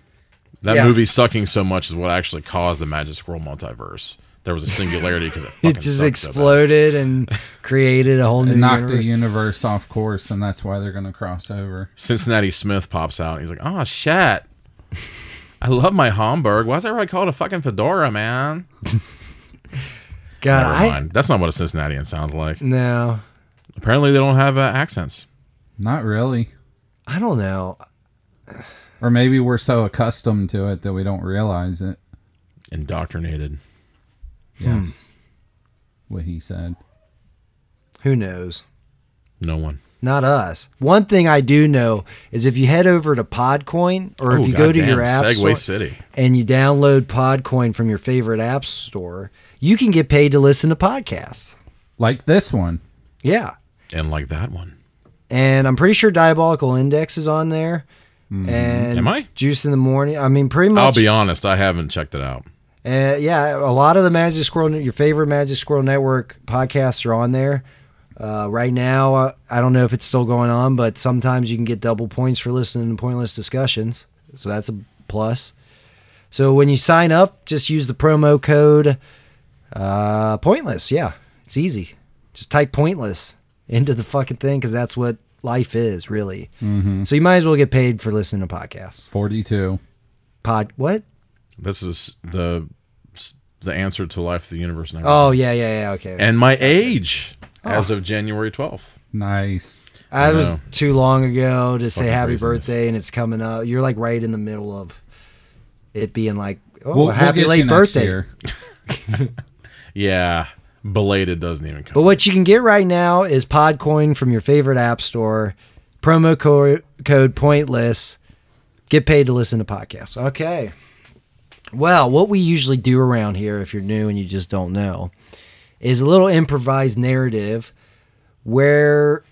That
Yeah.
movie sucking so much is what actually caused the Magic Squirrel multiverse. there was a singularity because it,
It
fucking
just
sucked so bad.
exploded and created a whole new
It knocked the
universe.
universe off course, and that's why they're going to cross over.
Cincinnati Smith pops out. And he's like, "Oh shit, I love my Hamburg. Why is everybody called a fucking fedora, man?"
God, Uh,
Never
I,
mind. That's not what a Cincinnatian sounds like.
no,
Apparently, they don't have uh, accents.
Not really.
I don't know.
Or maybe we're so accustomed to it that we don't realize it.
Indoctrinated.
Hmm.
Yes. What he said.
Who knows?
No one.
Not us. One thing I do know is if you head over to Podcoin or if
Ooh,
you go to
goddamn,
your app
Segway
store
City.
and you download Podcoin from your favorite app store, you can get paid to listen to podcasts.
Like this one.
Yeah.
And like that one.
And I'm pretty sure Diabolical Index is on there. And
Mm-hmm. Am I?
Juice in the morning. I mean, pretty
I'll
much.
be honest, I haven't checked it out.
Uh, yeah, a lot of the Magic Squirrel, your favorite Magic Squirrel Network podcasts are on there. Uh, right now, uh, I don't know if it's still going on, but sometimes you can get double points for listening to pointless discussions. So that's a plus. So when you sign up, just use the promo code uh, pointless. Yeah, it's easy. Just type pointless into the fucking thing because that's what life is, really. So you might as well get paid for listening to podcasts.
42.
Pod, what?
This is the the answer to life, the universe, and everything.
Oh, yeah, yeah, yeah. Okay.
and my age
Oh.
as of January twelfth.
Nice.
I was
know.
too long ago to say
Fucking
happy
craziness.
birthday, and it's coming up. You're like right in the middle of it being like, oh,
We'll,
happy
we'll get you
late
next
birthday.
year.
Yeah, belated doesn't even come.
But what you can get right now is Podcoin from your favorite app store, promo co- code pointless. Get paid to listen to podcasts. Okay. Well, what we usually do around here, if you're new and you just don't know, is a little improvised narrative where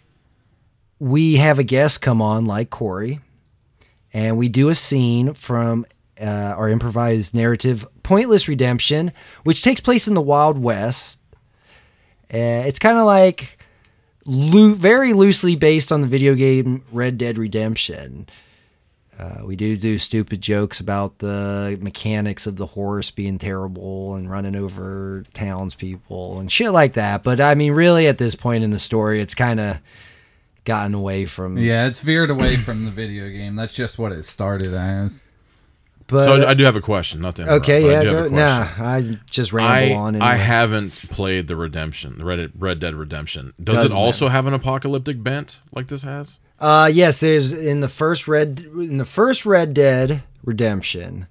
we have a guest come on, like Corey, and we do a scene from uh, our improvised narrative, Pointless Redemption, which takes place in the Wild West. Uh, it's kind of like loo- very loosely based on the video game Red Dead Redemption. Uh, we do do stupid jokes about the mechanics of the horse being terrible and running over townspeople and shit like that. But I mean, really, at this point in the story, it's kind of gotten away from.
Yeah, it's veered away from the video game. That's just what it started as.
But,
so I, I do have a question. Not to interrupt,
Okay,
but I
yeah,
do have
go,
a
nah,
question.
I just
I,
ramble on.
I
anyways.
haven't played the Redemption, the Red, Red Dead Redemption. Does
Doesn't
it also have an apocalyptic bent like this has?
Uh, yes, there's in the first Red in the first Red Dead Redemption,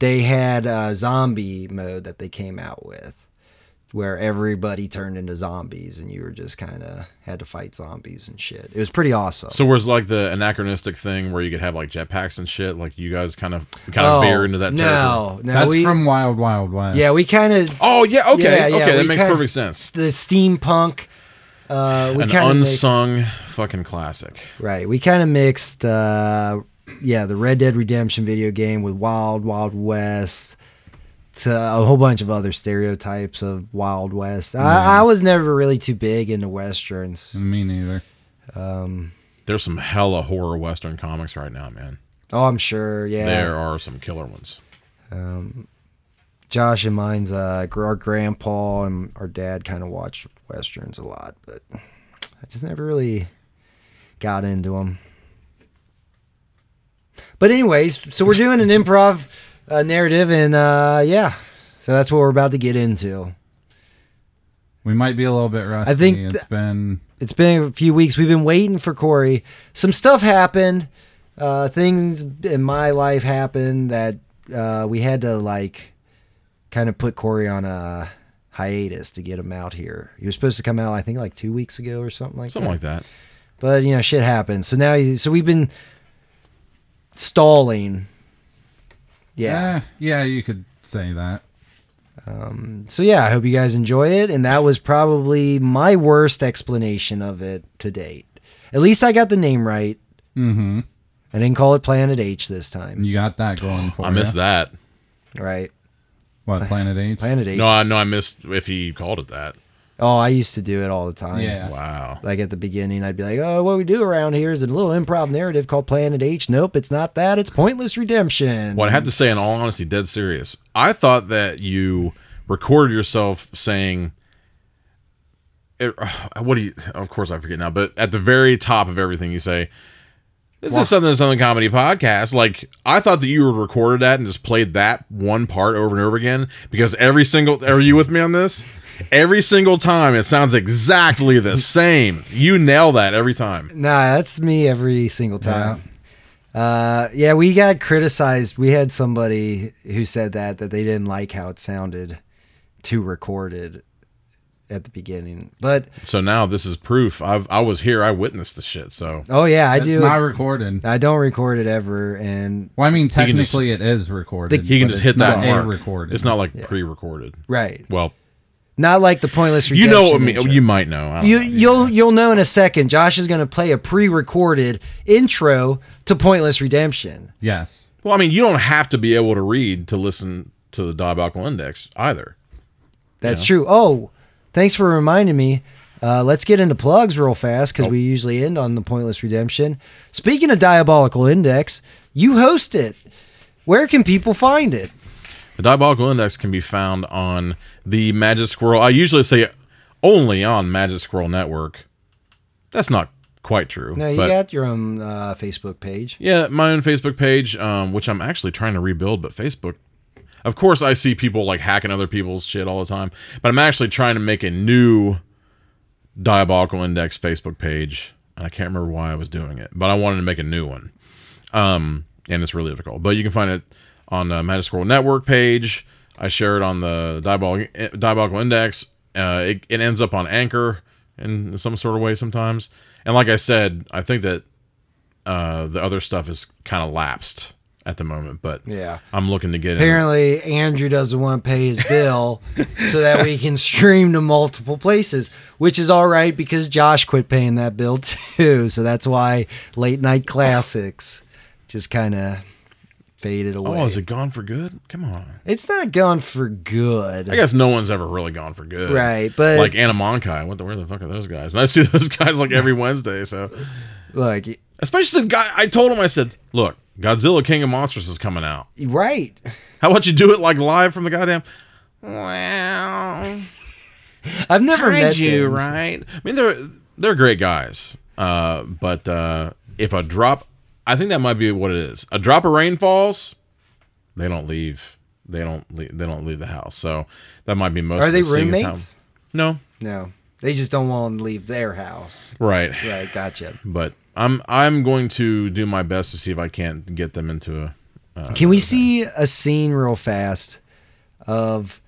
they had a zombie mode that they came out with, where everybody turned into zombies and you were just kind of had to fight zombies and shit. It was pretty awesome.
So where's like the anachronistic thing where you could have like jetpacks and shit? Like you guys kind of kind of
Oh,
veer into that. territory?
No, no,
That's
we,
from Wild Wild West.
yeah, we kind of
Oh yeah. Okay.
Yeah, yeah,
okay. That
we
makes
kinda-
perfect sense.
the steampunk. Uh, we
An
kinda mixed-
unsung fucking classic.
Right. We kind of mixed, uh, yeah, the Red Dead Redemption video game with Wild Wild West to a whole bunch of other stereotypes of Wild West. I, I was never really too big into westerns.
Me neither.
There's some hella horror western comics right now, man.
Oh, I'm sure. Yeah.
There are some killer ones.
Um, Josh and mine's uh, gr- our grandpa and our dad kind of watched westerns a lot, but I just never really got into them. But anyways, so we're doing an improv uh, narrative, and uh, yeah, so that's what we're about to get into.
We might be a little bit rusty.
think
it's been
It's been a few weeks. We've been waiting for Corey. Some stuff happened. Uh, things in my life happened that uh, we had to like kind of put Corey on a hiatus to get him out here. He was supposed to come out, I think, like two weeks ago or something like
Something
that.
like that.
but you know, shit happens. So now, he, so we've been stalling. Yeah.
yeah, eh, yeah. You could say that.
So yeah, I hope you guys enjoy it. And that was probably my worst explanation of it to date. At least I got the name right.
Mm-hmm.
I didn't call it Planet H this time.
You got that going for
I missed
ya.
that.
Right.
What Planet H?
Planet H.
No, I, no, I missed if he called it that.
oh, I used to do it all the time.
Yeah.
Wow.
Like at the beginning, I'd be like, oh, what we do around here is a little improv narrative called Planet H. Nope, it's not that. It's Pointless Redemption.
Well, I have to say, in all honesty, dead serious. I thought that you record yourself saying it, what do you of course I forget now, but at the very top of everything you say this is something that's on the comedy podcast. Like I thought that you were recorded at and just played that one part over and over again because every single are you with me on this? Every single time it sounds exactly the same. You nail that every time.
Nah, that's me every single time. Uh, yeah, we got criticized. We had somebody who said that that they didn't like how it sounded too recorded at the beginning. But
So now this is proof. I've I was here. I witnessed the shit. So
oh yeah, I
it's
do.
not recorded.
I don't record it ever, and
Well, I mean,
can just-
technically it is recorded.
he can
but
just
it's
hit that
not a
mark.
Recorded.
It's not like pre-recorded.
right,
Well,
not like the pointless.
you know what I
Redemption
mean.
intro.
You might know. I don't
You
know.
you'll you'll know in a second. Josh is going to play a pre-recorded intro to Pointless Redemption.
Yes.
Well, I mean, you don't have to be able to read to listen to the diabolical index either.
That's true. Oh, thanks for reminding me. Uh, let's get into plugs real fast
Oh.
because we usually end on the Pointless Redemption. Speaking of Diabolical Index, you host it. Where can people find it?
The diabolical index can be found on the Magic Squirrel. I usually say only on Magic Squirrel Network. That's not quite true.
No, you
but-
got your own uh, Facebook page.
Yeah, my own Facebook page, um, which I'm actually trying to rebuild, but Facebook. Of course, I see people like hacking other people's shit all the time, but I'm actually trying to make a new Diabolical Index Facebook page. And I can't remember why I was doing it, but I wanted to make a new one. Um, and it's really difficult. But you can find it on the Magic Scroll Network page. I share it on the Diabolical, Diabolical Index. Uh, it, it ends up on Anchor in some sort of way sometimes. And like I said, I think that uh, the other stuff is kind of lapsed at the moment, but
Yeah.
I'm looking to get in.
Apparently, Andrew doesn't want to pay his bill so that we can stream to multiple places, which is all right because Josh quit paying that bill too. So that's why late night classics just kind of faded away.
Oh, is it gone for good? Come on.
It's not gone for good.
I guess no one's ever really gone for good,
Right, but-
like Anna Monkai, what the where the fuck are those guys? And I see those guys like every Wednesday. So
Like,
especially the guy, I told him, I said, look, Godzilla King of Monsters is coming out.
right.
How about you do it like live from the goddamn? Wow.
I've never
tried
met
you,
them.
right? I mean, they're they're great guys, uh, but uh, if a drop, I think that might be what it is. A drop of rain falls, they don't leave. They don't. Leave, they don't leave the house. So that might be most.
Are
of
they
the singers' how-
roommates?
No,
No. They just don't want to leave their house.
right.
Right, gotcha.
But I'm I'm going to do my best to see if I can't get them into a.
Can we see a scene real fast of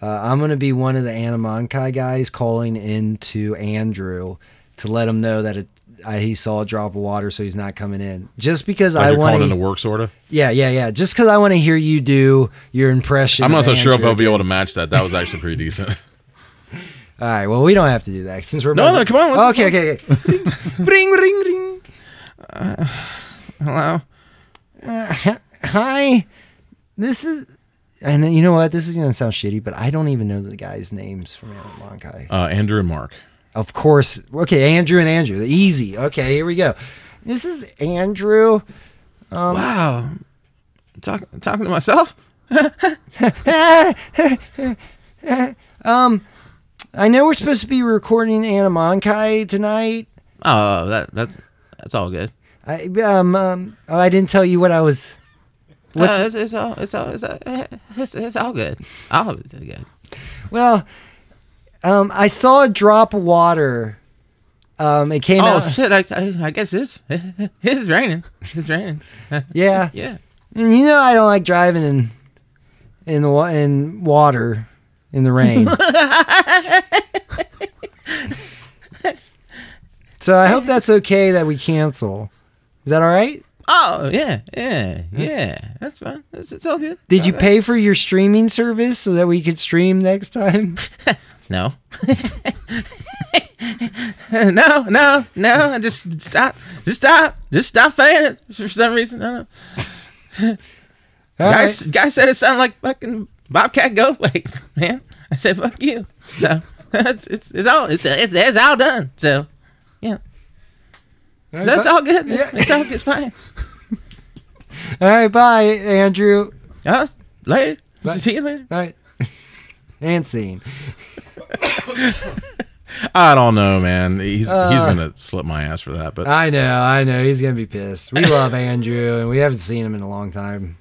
uh, I'm going to be one of the Anamonkai guys calling in to Andrew to let him know that it, I, he saw a drop of water, so he's not coming in. Just because
Like
I
you're
want
calling into
to,
work, sorta.
yeah, yeah, yeah. Just because I want to hear you do your impression.
I'm not
of
so sure if
Andrew
I'll be
again.
able to match that. That was actually pretty decent.
All right. Well, we don't have to do that since we're
No, no, come on, let's-
okay, okay, okay. ring, ring, ring, ring.
Wow.
Hi. This is, and then, you know what? This is gonna sound shitty, but I don't even know the guys' names from Monkai.
Uh, Andrew and Mark.
Of course. Okay, Andrew and Andrew. Easy. Okay, here we go. This is Andrew.
Um,
Wow. Talk, talking to myself?
I know we're supposed to be recording Anamonkai tonight.
Oh, that that that's all good.
Uh,
I um, um oh, I didn't tell you what I was. What's-
Uh,
it's, it's all it's all it's all, it's, it's all good. All of it's good.
Well, um, I saw a drop of water. Um, it came
Oh
out.
shit! I, I, I guess it's it's raining. It's raining.
Yeah.
Yeah.
And you know I don't like driving in in the wa- in water in the rain. so I hope that's okay that we cancel. Is that all right?
Oh yeah, yeah, yeah. That's fine. It's, it's all good.
Did you pay for your streaming service so that we could stream next time?
No. no, no, no. Just stop. Just stop. Just stop saying it for some reason. I don't know.
All
guy,
right.
s- guy said it sounded like fucking Bobcat Goldthwait, man. I said fuck you. So it's, it's, it's all it's, it's it's all done. So yeah, that's all good. man. It's all it's fine.
All right, bye Andrew.
Uh, later.
Bye.
See you later.
All right. and scene.
I don't know, man. He's he's
Uh.
gonna slip my ass for that, but
I know, I know. He's gonna be pissed. We love Andrew, and we haven't seen him in a long time.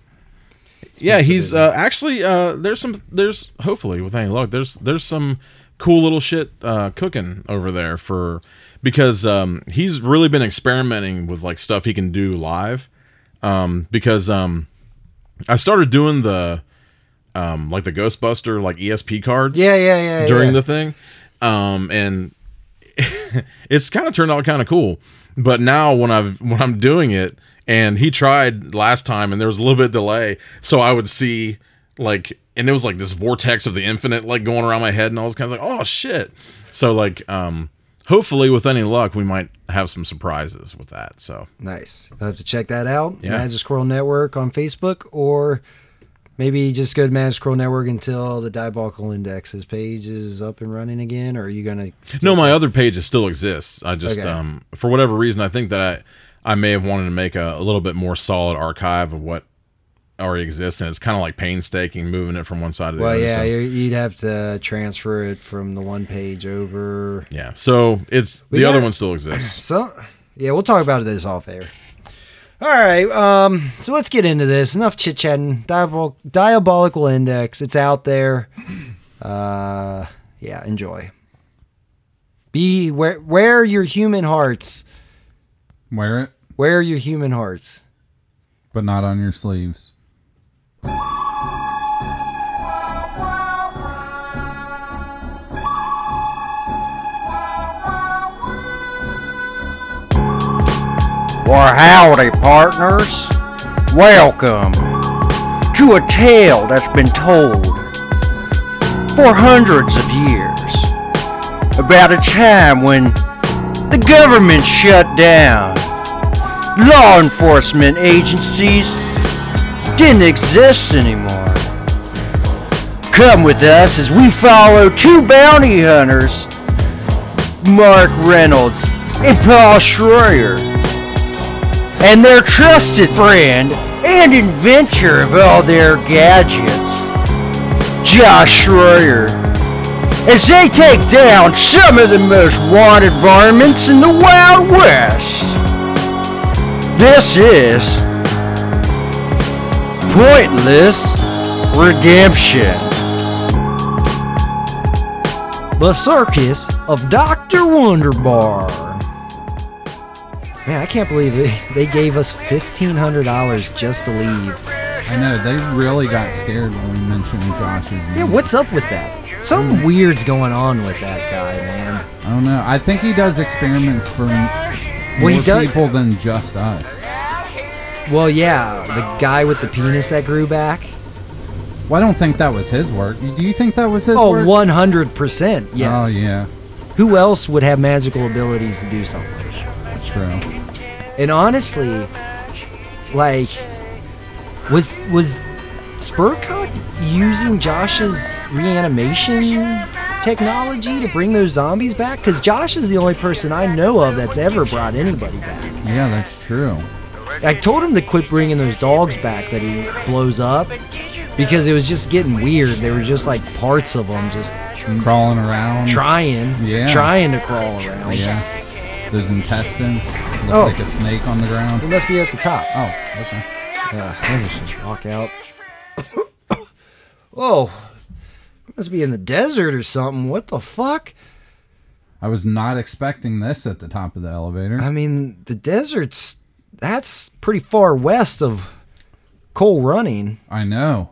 yeah,
Yes, it
he's
is.
uh, actually uh, there's some there's hopefully with any luck there's there's some cool little shit uh, cooking over there for because um, he's really been experimenting with like stuff he can do live um, because um, I started doing the um, like the Ghostbuster like ESP cards
Yeah, yeah, yeah.
during
yeah.
the thing, um, and it's kind of turned out kind of cool. But now when I've when I'm doing it, and he tried last time, and there was a little bit of delay, so I would see like, and it was like this vortex of the infinite like going around my head, and I was kind of like, oh shit. So like, um, hopefully with any luck, we might have some surprises with that. So
nice. I'll have to check that out.
Yeah.
Magic Squirrel Network on Facebook, or maybe just go to Magic Squirrel Network until the Diabolical Indexes page is up and running again. Or are you gonna?
no, my other pages still exists. I just
Okay.
um, for whatever reason, I think that I I may have wanted to make a, a little bit more solid archive of what already exists, and it's kind of like painstaking moving it from one side to the
Well,
other.
yeah,
so-
you you'd have to transfer it from the one page over.
Yeah. So it's
We
the other
got-
one still exists.
So, yeah, we'll talk about this off air. All right, um, so let's get into this. Enough chit chatting. Diabol- Diabolical Index, it's out there. Uh, yeah, enjoy. Be where where your human hearts.
Wear it,
Where your human hearts.
but not on your sleeves.
Well, howdy, partners. Welcome to a tale that's been told for hundreds of years about a time when the government shut down, law enforcement agencies didn't exist anymore. Come with us as we follow two bounty hunters, Mark Reynolds and Paul Schroyer and their trusted friend and inventor of all their gadgets, Josh Schroyer, as they take down some of the most wanted varmints in the Wild West. This is Pointless Redemption.
The Circus of Dr. Wonderbar. Man, I can't believe it. they gave us $1,500 just to leave.
I know they really got scared when we mentioned Josh's name.
Yeah, what's up with that? Something
Hmm.
weird's going on with that guy, man.
I don't know. I think he does experiments for m- more
Well, he does-
people than just us.
Well, yeah, the guy with the penis that grew back.
Well, I don't think that was his work. Do you think that was his
Oh,
work?
100%. Yes.
Oh yeah,
Who else would have magical abilities to do something?
true.
And honestly, like, was was Spurcock using Josh's reanimation technology to bring those zombies back? Because Josh is the only person I know of that's ever brought anybody back.
Yeah, that's true.
I told him to quit bringing those dogs back that he blows up because it was just getting weird. They were just like parts of them just
Crawling around.
trying,
Yeah.
trying to crawl around.
Yeah. Those intestines look
Oh.
like a snake on the
It
ground.
must be at the top.
Oh, okay.
Uh, let me just walk out. oh, must be in the desert or something. What the fuck?
I was not expecting this at the top of the elevator.
I mean, the desert's that's pretty far west of Coal Running,
I know.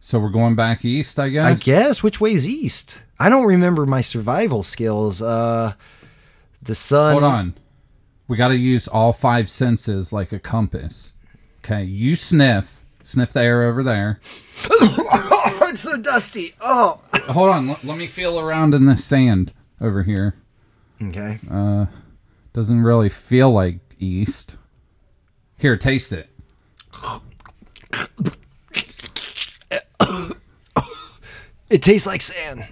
So we're going back east, I
I
guess.
guess. Which way's east? I don't remember my survival skills. Uh, the sun.
Hold on. We got to use all five senses like a compass. Okay, you sniff, sniff the air over there.
Oh, it's so dusty. Oh.
Hold on, l- let me feel around in the sand over here.
Okay.
Doesn't really feel like east. Here, taste it.
It tastes like sand.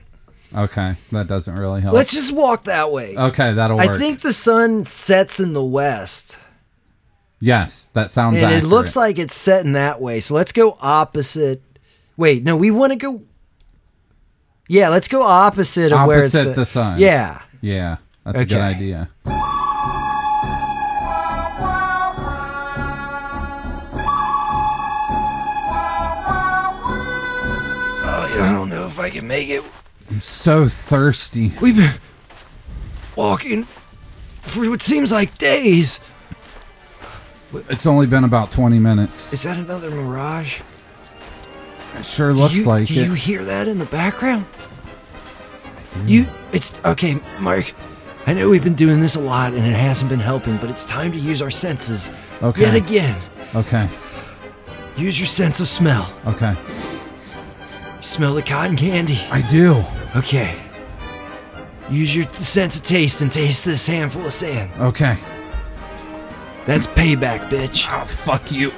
Okay, that doesn't really help.
Let's just walk that way.
okay, that'll work.
I think the sun sets in the west.
yes, that sounds.
and
accurate.
it looks like it's setting that way. So let's go opposite. Wait, no, we want to go. Yeah, let's go opposite of where it's
Opposite the sign.
Yeah.
Yeah, that's a good
Okay.
idea.
Oh, I don't know if I can make it.
I'm so thirsty.
We've been walking for what seems like days.
It's only been about 20 minutes.
Is that another mirage?
It sure looks
do you,
like
do you
it.
hear that in the background? You, it's okay, Mark. I know we've been doing this a lot and it hasn't been helping, but it's time to use our senses
Okay.
yet again.
Okay,
Use your sense of smell.
okay.
Smell the cotton candy.
I do.
Okay. Use your sense of taste and taste this handful of sand.
Okay.
That's payback, bitch.
Oh, fuck you.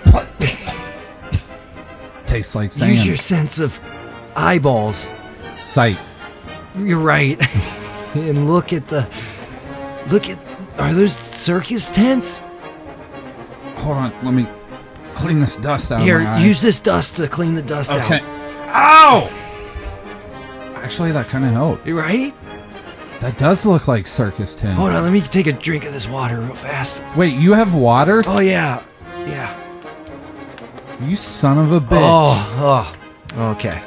Tastes like sand.
Use your sense of eyeballs.
Sight.
You're right. and look at the. Look at. Are those circus tents?
Hold on, let me clean this dust out
Here,
of Oh my eyes.
use this dust to clean the dust
Okay.
out.
Ow! Actually, that kind of helped.
You Right?
That does look like circus tents.
Hold on, let me take a drink of this water real fast.
Wait, you have water?
Oh, yeah. Yeah.
You son of a bitch.
Oh, oh. Okay.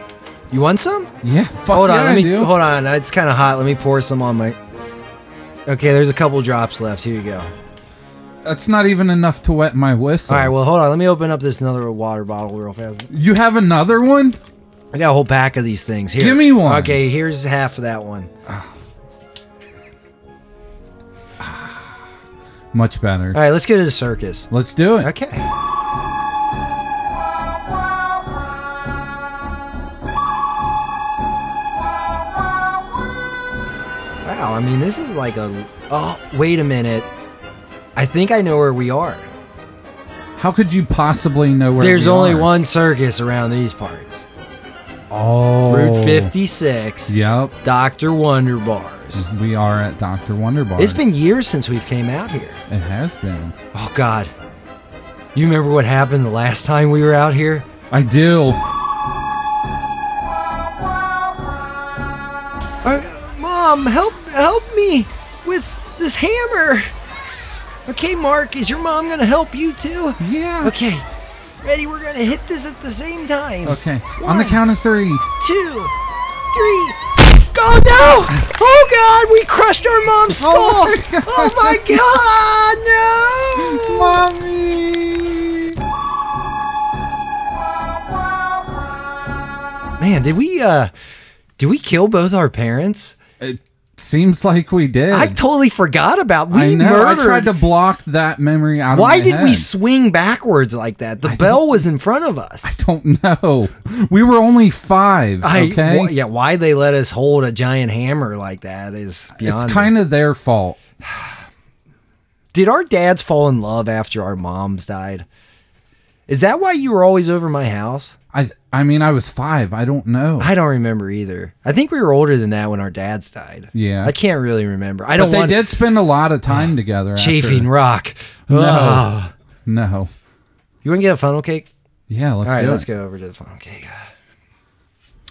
You want some?
Yeah, fuck
hold on,
yeah,
let
I
me
do.
hold on. It's kind of hot. Let me pour some on my. Okay, there's a couple drops left. Here you go.
That's not even enough to wet my whistle.
All right, well, hold on. Let me open up this another water bottle real fast.
you have another one?
I got a whole pack of these things here.
Give me one.
Okay, here's half of that one.
Much better.
All right, let's go to the circus.
Let's do it.
Okay. Wow, I mean, this is like a. Oh, wait a minute. I think I know where we are.
How could you possibly know where
There's
we
only
are?
one circus around these parts.
Oh.
Route 56,
Yep.
Dr. Wonder Bars.
We are at Dr. Wonderbar.
It's been years since we've came out here.
It has been.
Oh god. You remember what happened the last time we were out here?
I do.
Uh, Mom, help help me with this hammer. Okay, Mark, is your mom going to help you too?
Yeah.
Okay. Ready, we're going to hit this at the same time.
Okay. On the
One.
count of three.
Two, three. Oh no! Oh god, we crushed our mom's skull!
Oh my God.
Oh my god, no!
Mommy!
Man, did we uh did we kill both our parents?
It seems like we did.
I totally forgot about we
I know.
murdered.
I tried to block that memory out
Why
of my
did we
head.
swing backwards like that? The bell was in front of us.
don't know. We were only five.
I,
okay.
wh- yeah, why they let us hold a giant hammer like that is beyond.
it's kind of their fault.
Did our dads fall in love after our moms died? Is that why you were always over my house?
I I mean, I was five. I don't know.
I don't remember either. I think we were older than that when our dads died.
Yeah.
I can't really remember. I
but
don't
they
want
did spend a lot of time together. after-
chafing rock.
No.
Ugh.
No.
You want to get a funnel cake?
Yeah. Let's
All right,
do
let's
it.
go over to the phone. Okay.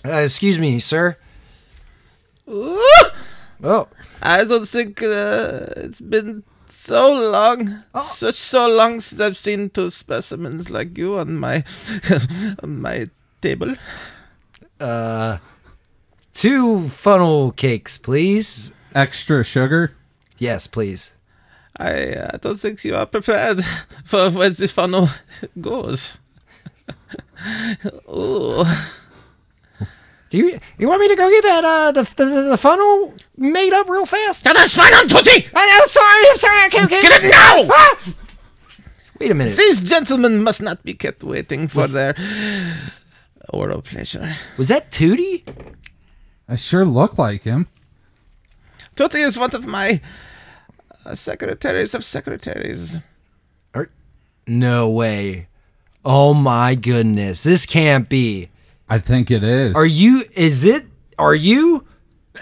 Uh, excuse me, sir. Oh,
I don't think uh, it's been so long,
Oh.
such so long since I've seen two specimens like you on my on my table.
two funnel cakes, please.
Extra sugar.
Yes, please.
I uh, don't think you are prepared for where the funnel goes. Ooh.
Do you you want me to go get that uh the the, the funnel made up real fast? I,
That is fine on Tutti!
I'm sorry, I'm sorry, I can't get
Get it now!
Ah! Wait a minute.
These gentlemen must not be kept waiting for their oral pleasure.
Was that Tootie?
I sure look like him.
Tutti is one of my uh, secretaries of secretaries.
Or, no way. Oh my goodness. This can't be.
I think it is.
Are you is it are you?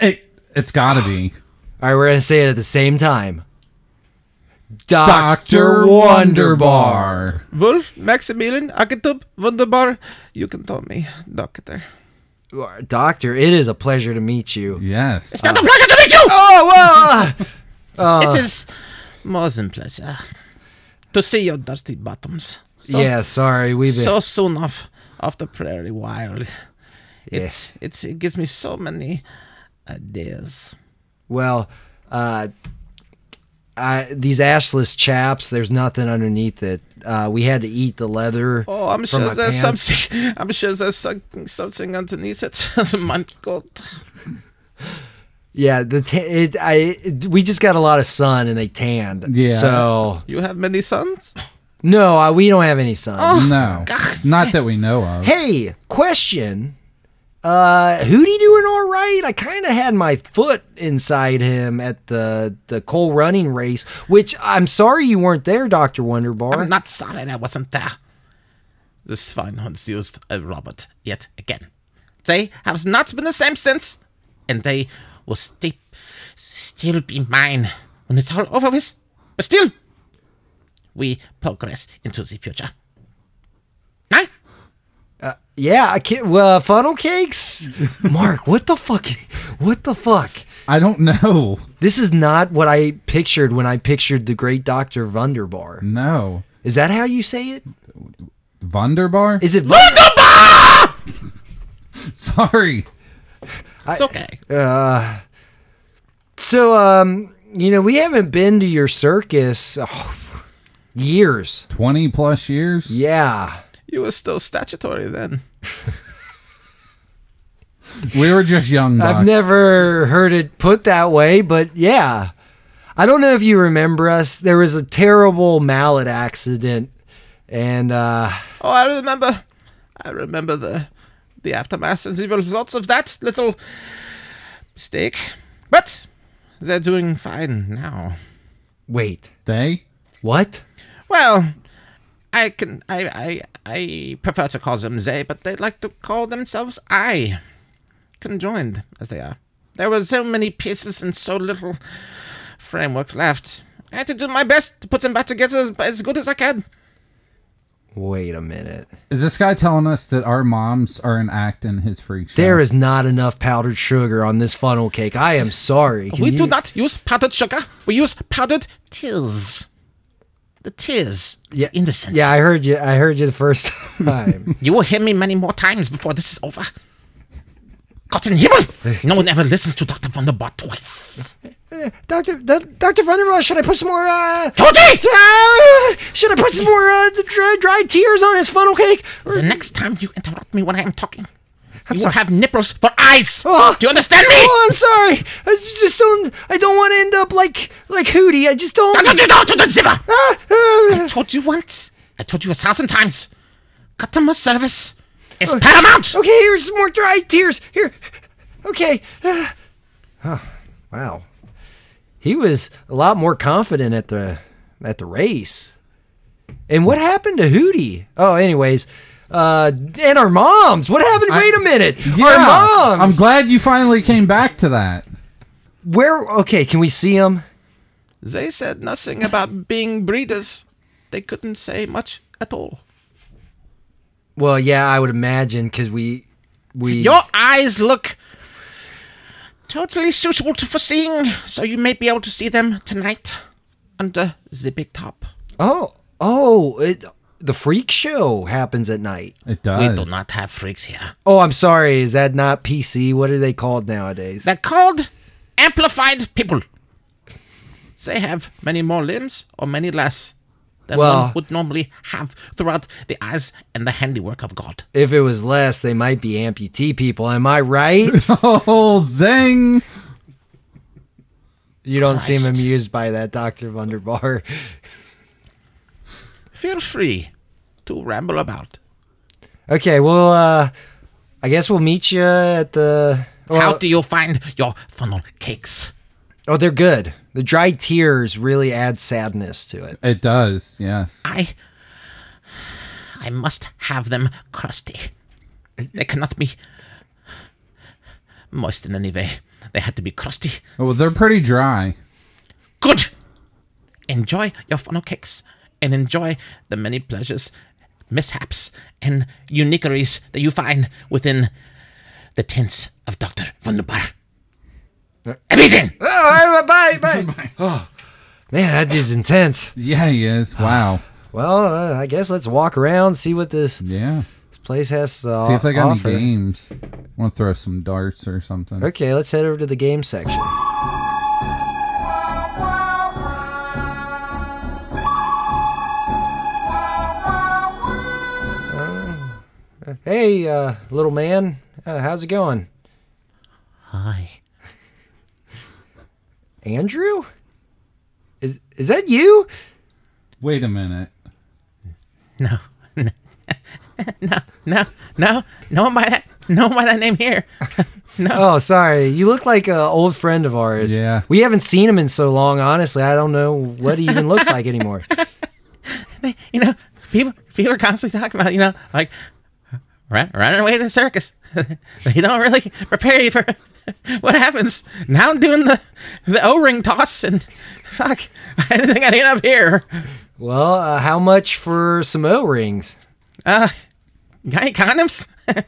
It, it's gotta be.
All right, we're going to say it at the same time.
Dr.
Wonderbar.
Wonderbar.
Wolf, Maximilian, Akitub, Wunderbar, you can tell me, Doctor.
Doctor, it is a pleasure to meet you.
Yes.
It's not a pleasure to meet you.
Oh, well. ah.
it is more than pleasure to see your dirty bottoms. So,
yeah, sorry. We've been.
So soon off, off the prairie wild. It's,
Yeah.
it's, it gives me so many uh, ideas.
Well, uh, I, these ashless chaps, there's nothing underneath it. Uh, we had to eat the leather.
Oh, I'm
from
sure
my
there's
pants.
something. I'm sure there's something, something underneath it. My God.
Yeah, the ta it, I it- we just got a lot of sun and they tanned.
Yeah.
So
You have many sons?
no, I, we don't have any sun.
Oh.
no. Not that we know of.
Hey, question. Uh, Hootie doing all right? I kind of had my foot inside him at the the coal running race, which I'm sorry you weren't there, Doctor Wonderbar.
I'm not sorry I wasn't there. The Swinehunds used a robot yet again. They have not been the same since, and they will still, still be mine when it's all over with. But still, we progress into the future. Aye?
Yeah, I can't. Well, funnel cakes. Mark, what the fuck? What the fuck?
I don't know.
This is not what I pictured when I pictured the great Doctor Wunderbar.
No.
Is that how you say it?
Vonderbar?
Is it?
Sorry.
It's okay.
So, um, you know, we haven't been to your circus oh, years.
20 plus years?
Yeah.
You were still statutory then.
We were just young bucks.
I've never heard it put that way, but yeah. I don't know if you remember us. There was a terrible mallet accident, and uh,
Oh, I remember. I remember the the aftermath and the results of that little mistake. But they're doing fine now.
wait,
They?
what?
Well, I can I I I prefer to call them they, but they like to call themselves I. Conjoined as they are. There were so many pieces and so little framework left. I had to do my best to put them back together as, as good as I can.
Wait a minute.
Is this guy telling us that our moms are an act in his freak show?
There is not enough powdered sugar on this funnel cake. I am sorry. Can
we
you-
do not use powdered sugar. We use powdered tears. The tears. It's
Yeah,
innocent.
Yeah, I heard you. I heard you the first time.
You will hear me many more times before this is over. Cotton Himmel! No one ever listens to Dr. Vanderbilt twice.
Doctor, Doctor Vanderbilt, should I put some more? Uh,
Toji!
uh, should I put some more uh, the dry, dried tears on his funnel cake? Or-
The next time you interrupt me when I am talking, you will
sorry.
have nipples for eyes!
Oh.
Do you understand me?
Oh, I'm sorry. I s- just don't. I don't want to end up like like Hootie. I just don't.
I told you not to the zipper!
Ah,
I told you once. I told you a thousand times. Customer service is paramount!
uh, okay, here's some more dried tears. Here. Okay. Uh, oh, wow. He was a lot more confident at the at the race. And what happened to Hootie? Oh, anyways. Uh, and our moms. What happened? Wait a minute. Our moms.
I'm glad you finally came back to that.
Where? Okay, can we see them?
They said nothing about being breeders. They couldn't say much at all.
Well, yeah, I would imagine because we we
Your eyes look totally suitable to for seeing, so you may be able to see them tonight under the big top.
Oh, oh, it, the freak show happens at night.
It does.
We do not have freaks here.
Oh, I'm sorry. Is that not PC? What are they called nowadays?
They're called amplified people. They have many more limbs or many less than
Well-
one would normally have throughout the eyes and the handiwork of God.
if it was less, they might be amputee people. Am I right?
Oh, zing.
you don't seem
Christ.
amused by that, Dr. Wunderbar.
Feel free to ramble about.
Okay, well, uh, I guess we'll meet you at the. Oh,
How do you find your funnel cakes?
oh, they're good. The dried tears really add sadness to it.
It does, yes.
I I must have them crusty. They cannot be moist in any way. They had to be crusty.
Well, they're pretty dry.
Good. Enjoy your funnel cakes and enjoy the many pleasures, mishaps, and uniqueries that you find within the tents of Dr. Wunderbar. Amazing!
Oh, all right, bye, bye. Oh, man, that dude's intense.
Yeah, he is. Wow.
Well, uh, I guess let's walk around, see what this
Yeah.
place has to
See if they got
offer.
any games. Want to throw some darts or something?
Okay, let's head over to the game section. Uh, Hey, uh, little man, uh, how's it going?
Hi.
Andrew? Is is that you?
Wait a minute.
No. no, no, no, no one by that, no one by that name here.
Oh, sorry. You look like an old friend of ours.
Yeah.
We haven't seen him in so long, honestly. I don't know what he even looks like anymore.
You know, people, people are constantly talking about, you know, like, run, running away to the circus. they don't really prepare you for what happens. Now I'm doing the, the O-ring toss and fuck, I didn't think I'd end up here.
Well, uh, how much for some O rings?
Uh, got any condoms?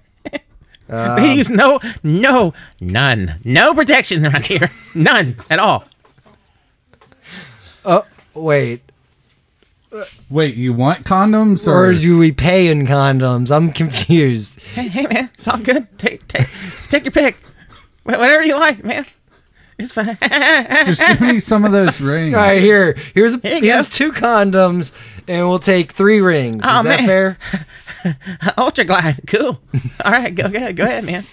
they use no, no, none, no protection around here, none at all.
Oh, wait.
Wait, you want condoms or?
Or do we pay in condoms? I'm confused.
Hey, hey, man, it's all good. Take, take, take your pick, Wh- whatever you like, man. It's fine.
just give me some of those rings.
All right, here, here's
Here you
here's
go.
two condoms, and we'll take three rings. Is
Aw,
that
man.
fair?
Ultra glide, cool. All right, go, go, go ahead, man.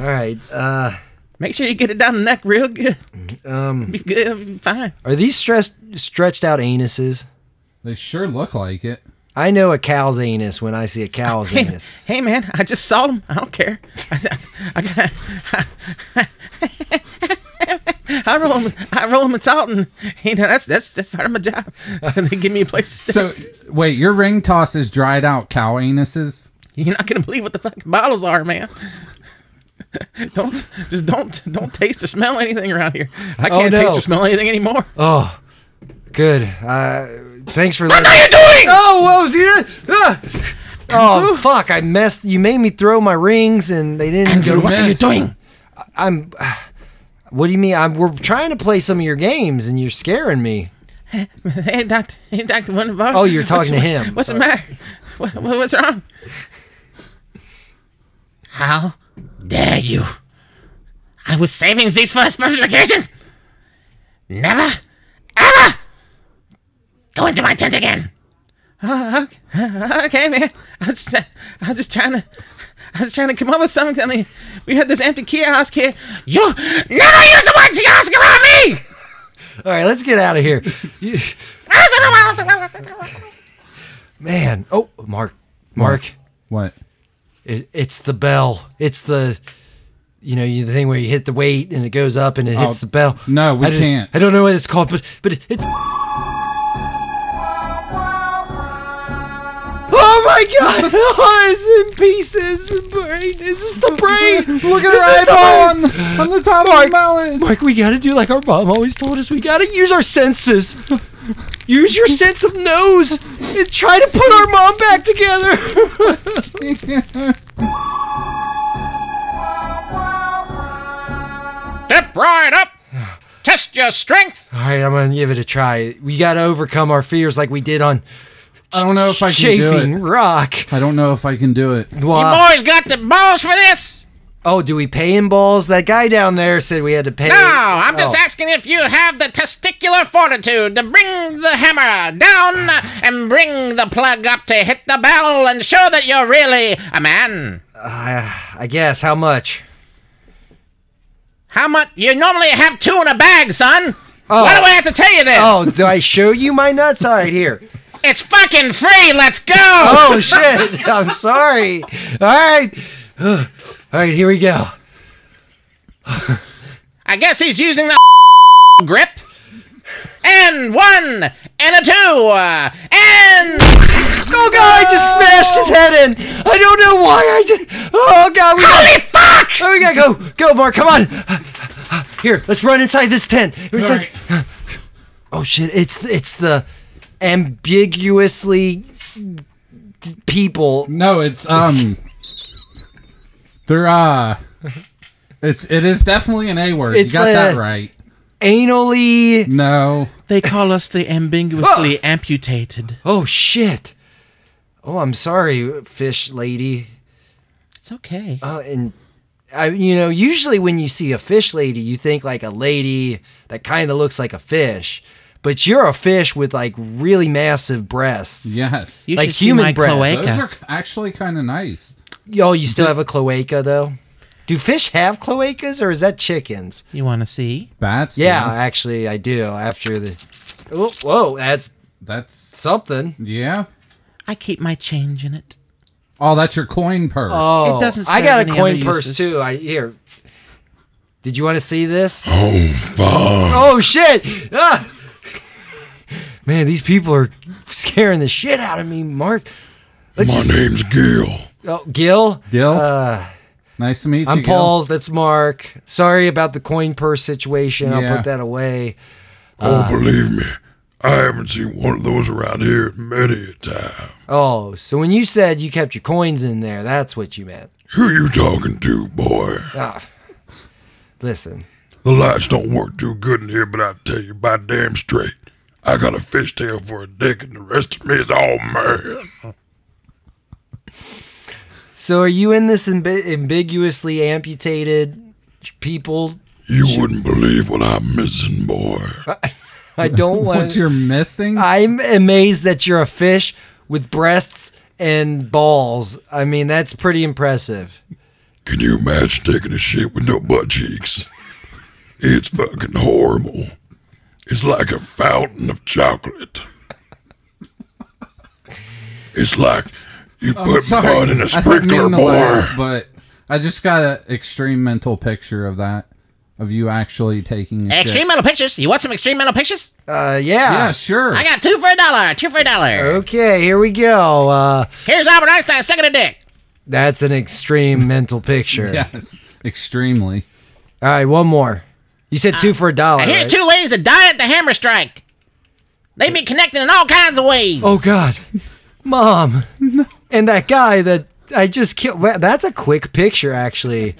All right. Uh,
Make sure you get it down the neck real good. Um, be good, it'll be fine.
are these stressed, stretched out anuses?
They sure look like it.
I know a cow's anus when I see a cow's
Hey,
anus.
hey, man, I just saw them. I don't care. I, I, I got. I roll them. I roll them in salt, and you know that's that's that's part of my job. And they give me a place. To,
So, wait, your ring toss is dried out cow anuses?
you're not gonna believe what the fucking bottles are, man. don't just don't don't taste or smell anything around here. I
Oh,
can't taste
no.
or smell anything anymore.
Oh, good. Uh, thanks for letting.
What are you doing?
Oh, whoa, see that? Ah! Oh, fuck! I messed. You made me throw my rings, and they didn't
Andrew,
go.
what are you
mess.
doing?
I'm. What do you mean? I'm, we're trying to play some of your games, and you're scaring me.
Hey, doctor. Hey, doctor Wunderbar.
Oh, you're
What's
talking
the-
to him.
What's the matter? What, what- what's wrong? How dare you? I was saving these for a special occasion. Never, ever go into my tent again. Oh, okay, okay, man. I was, just, I was just trying to. I was trying to come up with something. I mean, we had this empty kiosk here. You never use the word kiosk around me.
All right, let's get out of here. You- Man, oh, Mark, Mark,
What?
it, it's the bell. It's the, you know, you- the thing where you hit the weight and it goes up and it hits
Oh,
the bell.
no, we
I just-
can't.
I don't know what it's called, but but it- it's. Oh my God! Oh, it's in pieces. The brain. This is the brain.
Look at
This is the
her eyeball on, on the top of
Mark.
the melon.
Mark, we gotta do like our mom always told us. We gotta use our senses. Use your sense of nose and try to put our mom back together.
Step right up. Test your strength.
All right, I'm gonna give it a try. We gotta overcome our fears like we did on
I don't know if I can
Chafing
do it.
Rock.
I don't know if I can do it.
Wow.
Boys got the balls for this.
oh, do we pay in balls? That guy down there said we had to pay.
No, I'm just
Oh.
asking if you have the testicular fortitude to bring the hammer down and bring the plug up to hit the bell and show that you're really a man.
I guess how much?
How much? You normally have two in a bag, son.
Oh.
Why do I have to tell you this?
Oh, do I show you my nuts? All right, here.
It's fucking free. Let's go.
Oh shit! I'm sorry. All right, all right, here we go.
I guess he's using the grip. And one, and a two, uh, and
Oh god, I just smashed his head in. I don't know why. I just. Oh god, we
holy
gotta,
fuck!
oh, we gotta go, go, Mark. Come on. Here, let's run inside this tent. Inside- Oh shit! It's it's the ambiguously people.
No, it's um, they're uh, It's it is definitely an A word.
It's
you got
like
that
a-
right.
Anally.
No.
They call us the ambiguously amputated.
Oh shit. Oh, I'm sorry, fish lady.
It's okay.
Oh, and I, you know, usually when you see a fish lady, you think like a lady that kind of looks like a fish, but you're a fish with like really massive breasts.
Yes.
You
like
should see
human
my
breath.
cloaca.
Those are actually kind of nice.
Oh, you still have a cloaca though. Do fish have cloacas or is that chickens?
You want to see?
Bats.
Yeah,
dude.
actually, I do. After the, oh, whoa, that's
That's
something.
yeah.
I keep my change in it.
Oh, that's your coin purse.
Oh,
doesn't
I
serve
got a
any
coin
other
purse
uses.
too. I here. Did you want to see this?
Oh
Ah,
fuck!
Oh shit! Ah! Man, these people are scaring the shit out of me, Mark. Let's
My
just,
name's Gil.
oh, Gil.
Gil?
Uh,
nice to meet
I'm
you. Gil.
Paul. That's Mark. Sorry about the coin purse situation.
Yeah.
I'll put that away.
oh, believe me, I haven't seen one of those around here in many a time.
Oh, so when you said you kept your coins in there, that's what you meant.
Who you talking to, boy?
Ah. Listen.
The lights don't work too good in here, but I tell you by damn straight, I got a fishtail for a dick, and the rest of me is all man.
So are you in this amb- ambiguously amputated people?
You wouldn't believe what I'm missing, boy.
I don't want.
What you're missing?
I'm amazed that you're a fish with breasts and balls. I mean, that's pretty impressive.
Can you imagine taking a shit with no butt cheeks? It's fucking horrible. It's like a fountain of chocolate. It's like you put mud in a
I didn't
sprinkler,
mean to
boy.
laugh, but I just got an extreme mental picture of that, of you actually taking a shit.
Extreme metal pictures. You want some extreme metal pictures?
Uh, yeah.
Yeah, sure.
I got two for a dollar. Two for a dollar.
Okay, here we go. Uh,
Here's Albert Einstein sucking a dick.
that's an extreme mental picture.
yes, extremely.
All right, one more. You said two for a dollar.
And here's
right?
two ladies that died at the hammer strike. They be connecting in all kinds of ways.
Oh God, mom, and that guy that I just killed. Wow, that's a quick picture, actually.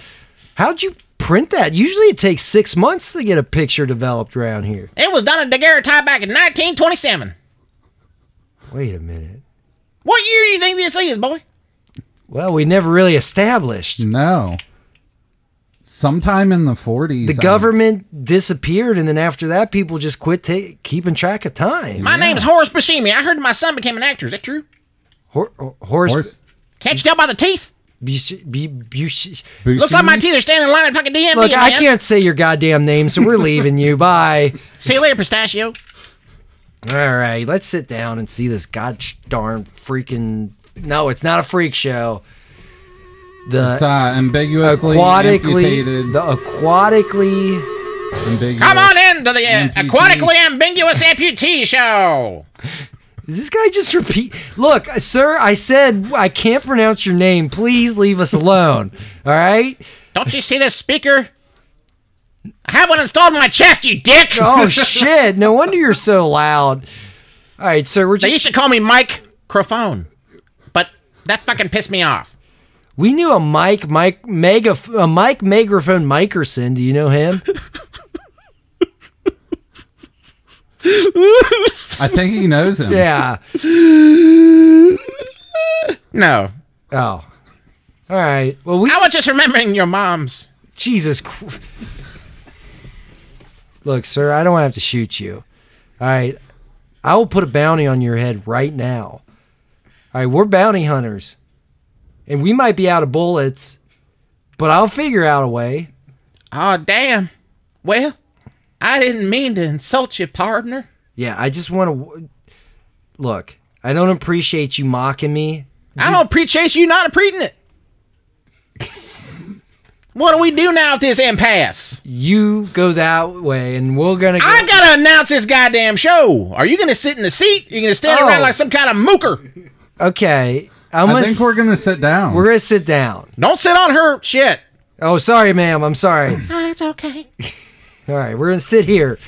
How'd you print that? Usually, it takes six months to get a picture developed around here.
It was done at Daguerreotype back in 1927.
Wait a minute.
What year do you think this is, boy?
Well, we never really established.
Mm,
No. Sometime in the 40s.
The
I-
government disappeared, and then after that, people just quit ta- keeping track of time.
My name's Horace Buscemi. I heard my son became an actor. Is that true?
Hor- hor- horse.
Horse-
Can't you tell by the teeth?
Bush- bu- Bush-
Looks like my
Buscemi?
teeth are standing in line at fucking DMV.
Look, I
man.
can't say your goddamn name, so we're leaving you. Bye.
See you later, Pistachio.
All right, let's sit down and see this god darn freaking. No, it's not a freak show.
It's
The
uh, ambiguously
aquatically,
amputated.
the aquatically.
ambiguous.
Come on in to the uh,
Amputee.
Aquatically Ambiguous Amputee Show.
Is this guy just repeat? Look, sir, I said I can't pronounce your name. Please leave us alone. All right.
Don't you see this speaker? I have one installed in my chest, you dick.
Oh shit! No wonder you're so loud. All right, sir, we're
They
just.
used to call me Mike Crofone, but that fucking pissed me off.
We knew a Mike, Mike, mega, a Mike Megaphone Mikerson. Do you know him?
I think he knows him.
Yeah.
No,
Oh. All right. Well, we
I was just remembering your mom's.
Jesus Christ. Look, sir, I don't have to shoot you. All right. I will put a bounty on your head right now. All right, we're bounty hunters. And we might be out of bullets, but I'll figure out a way.
Oh damn. Well, I didn't mean to insult you, partner.
Yeah, I just want to Look, I don't appreciate you mocking me.
I don't appreciate you not appreciating it. what do we do now at this impasse?
You go that way and we're going to go
I gotta announce this goddamn show. Are you gonna sit in the seat? You're gonna stand
Oh.
around like some kind of mooker.
Okay. I'm
I
gonna
think we're
s-
going to sit down.
we're gonna sit down.
Don't sit on her shit.
Oh, sorry, ma'am. I'm sorry.
Oh, it's okay.
All right, we're gonna sit here.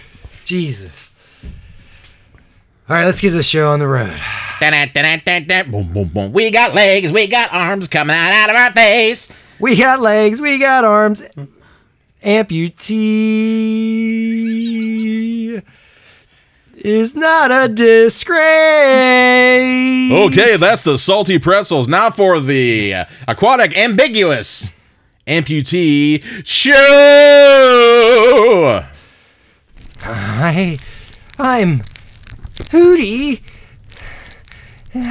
Jesus. All right, let's get this show on the road.
Dun-dun-dun-dun-dun. Boom, boom, boom. We got legs, we got arms coming out, out of our face.
We got legs, we got arms. Amputee is not a disgrace.
Okay, that's the salty pretzels. Now for the aquatic ambiguous amputee show.
I, I'm Hootie, and